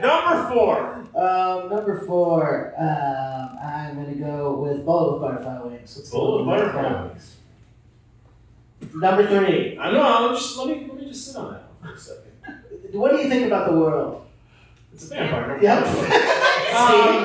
Speaker 1: Number four.
Speaker 5: Um, number four, um, I'm going to go with Bowl of Butterfly Wings. Let's go
Speaker 1: Bowl of
Speaker 5: with
Speaker 1: Butterfly
Speaker 5: Wings. Number three,
Speaker 1: I know. I'll just let me let me just sit on that one for a second.
Speaker 5: what do you think about the world?
Speaker 1: It's a vampire.
Speaker 5: Yep.
Speaker 1: Um,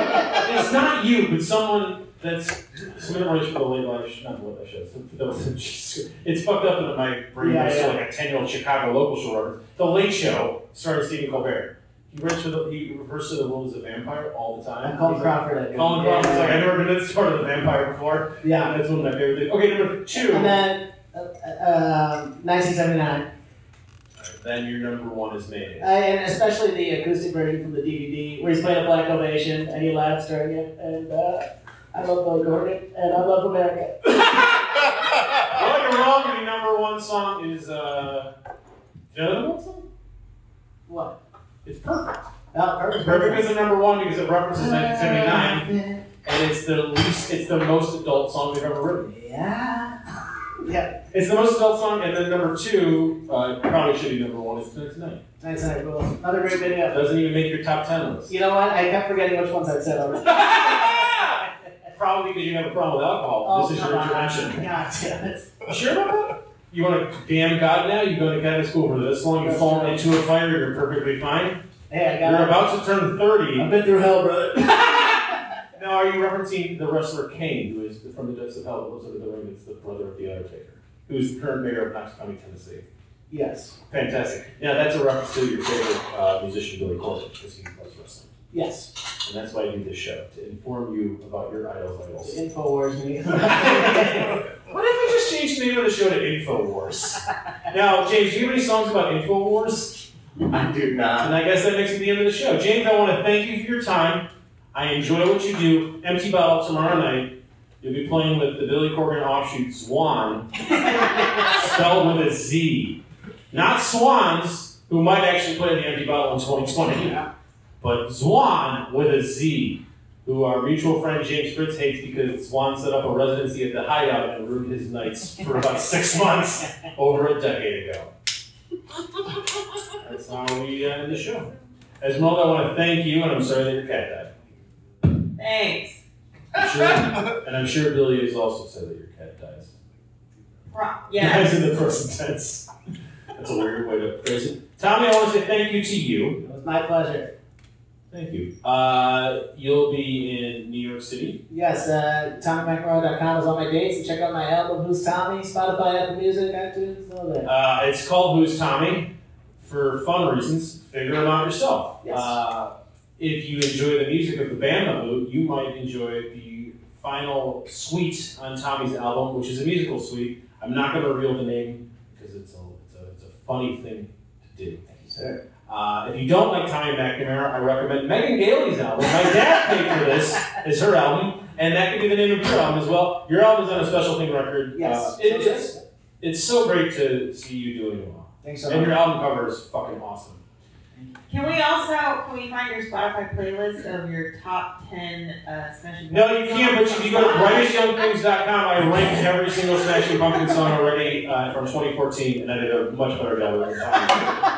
Speaker 1: it's not you, but someone that's someone that writes for the late life. sh- Not the late life show. for the- just- It's fucked up into my brain.
Speaker 5: Yeah,
Speaker 1: it's
Speaker 5: yeah.
Speaker 1: like a ten-year-old Chicago local show. reference. The Late Show, starring Stephen Colbert. He writes for the. He refers to the world as a vampire all the time.
Speaker 5: I'm Colin
Speaker 1: He's
Speaker 5: Crawford.
Speaker 1: Like, Colin
Speaker 5: yeah,
Speaker 1: Crawford's like I've never been this part of the vampire before.
Speaker 5: Yeah.
Speaker 1: And that's one of my favorite things. Okay, number two.
Speaker 5: And then, uh, uh, um, 1979.
Speaker 1: Alright, then your number one is made.
Speaker 5: Uh, and especially the acoustic version from the DVD where he's playing a black ovation and he laughs during it. And uh, I love Billy Corgan and I love America.
Speaker 1: Well, you're wrong. Your number one song is uh, the number one song.
Speaker 5: What?
Speaker 1: It's perfect.
Speaker 5: Oh, perfect.
Speaker 1: Perfect is the number one because it references
Speaker 5: Uh.
Speaker 1: 1979, and it's the least, it's the most adult song we've ever written.
Speaker 5: Yeah.
Speaker 1: It's the most adult song, and then number two, uh, probably should be number one. Is Tonight's Night.
Speaker 5: Nice, nice, cool. Another great
Speaker 1: That
Speaker 5: video.
Speaker 1: doesn't even make your top ten list.
Speaker 5: You know what? I kept forgetting which ones I'd said already.
Speaker 1: Probably because you have a problem with alcohol. Oh, this is
Speaker 5: Oh, come
Speaker 1: your
Speaker 5: on.
Speaker 1: intervention.
Speaker 5: God damn it.
Speaker 1: You Sure about that? You want to damn God now? You go to Catholic school for this long, you fall into a fire, you're perfectly fine.
Speaker 5: Hey, I got
Speaker 1: You're
Speaker 5: it.
Speaker 1: about to turn 30.
Speaker 5: I've been through hell, brother.
Speaker 1: Now, are you referencing the wrestler Kane, who is from the depths of hell that lives under the ring, that's the brother of The Undertaker, who is the current mayor of Knox County, Tennessee?
Speaker 5: Yes.
Speaker 1: Fantastic. Now, that's a reference to your favorite uh, musician, Billy Corgan, because he loves wrestling.
Speaker 5: Yes.
Speaker 1: And that's why I do this show, to inform you about your idol's idols.
Speaker 5: Infowars me.
Speaker 1: What if we just changed the name of the show to InfoWars? now, James, do you have any songs about InfoWars?
Speaker 10: I do not.
Speaker 1: And I guess that makes it the end of the show. James, I want to thank you for your time. I enjoy what you do. Empty Bottle tomorrow night. You'll be playing with the Billy Corgan offshoot Swan, spelled with a Z. Not Swans, who might actually play the Empty Bottle in 2020, but Swan with a Z, who our mutual friend James Fritz hates because Swan set up a residency at the Hideout and ruined his nights for about six months over a decade ago. That's how we uh, end the show. Esmeralda, I want to thank you, and I'm sorry that your cat died.
Speaker 3: Thanks.
Speaker 1: I'm sure, and I'm sure Billy has also said that your cat dies.
Speaker 3: Pro- Yeah.
Speaker 1: Dies in the present tense. That's a weird way to phrase it. Tommy, I want to say thank you to you.
Speaker 5: It was my pleasure.
Speaker 1: Thank you. Uh, you'll be in New York City.
Speaker 5: Yes, uh, TommyMcEnroe.com is all my dates. And check out my album, Who's Tommy? Spotify, Apple Music, iTunes, all that.
Speaker 1: Uh, it's called Who's Tommy? For fun reasons, figure them out yourself.
Speaker 5: Yes.
Speaker 1: Uh, if you enjoy the music of the band Mahmood, you might enjoy the final suite on Tommy's album, which is a musical suite. I'm not going to reveal the name because it's a, it's a, it's a funny thing to do. Thank you,
Speaker 5: sir.
Speaker 1: Uh, if you don't like Tommy McNamara, I recommend Megan Gailey's album. My dad paid for this, is her album, and that could be the name of your album as well. Your album is on a special thing record. Uh,
Speaker 5: Yes.
Speaker 1: it- it's, it's so great to see you doing well.
Speaker 5: Thanks so
Speaker 1: And
Speaker 5: much.
Speaker 1: your album cover is fucking awesome.
Speaker 3: Can we also can we find your Spotify playlist of your top ten uh, Smashing?
Speaker 1: No, you can't, but if you go to brightestyoungthings.com, I ranked every single Smashing Pumpkins song already uh, from 2014, and I did a much better job than that.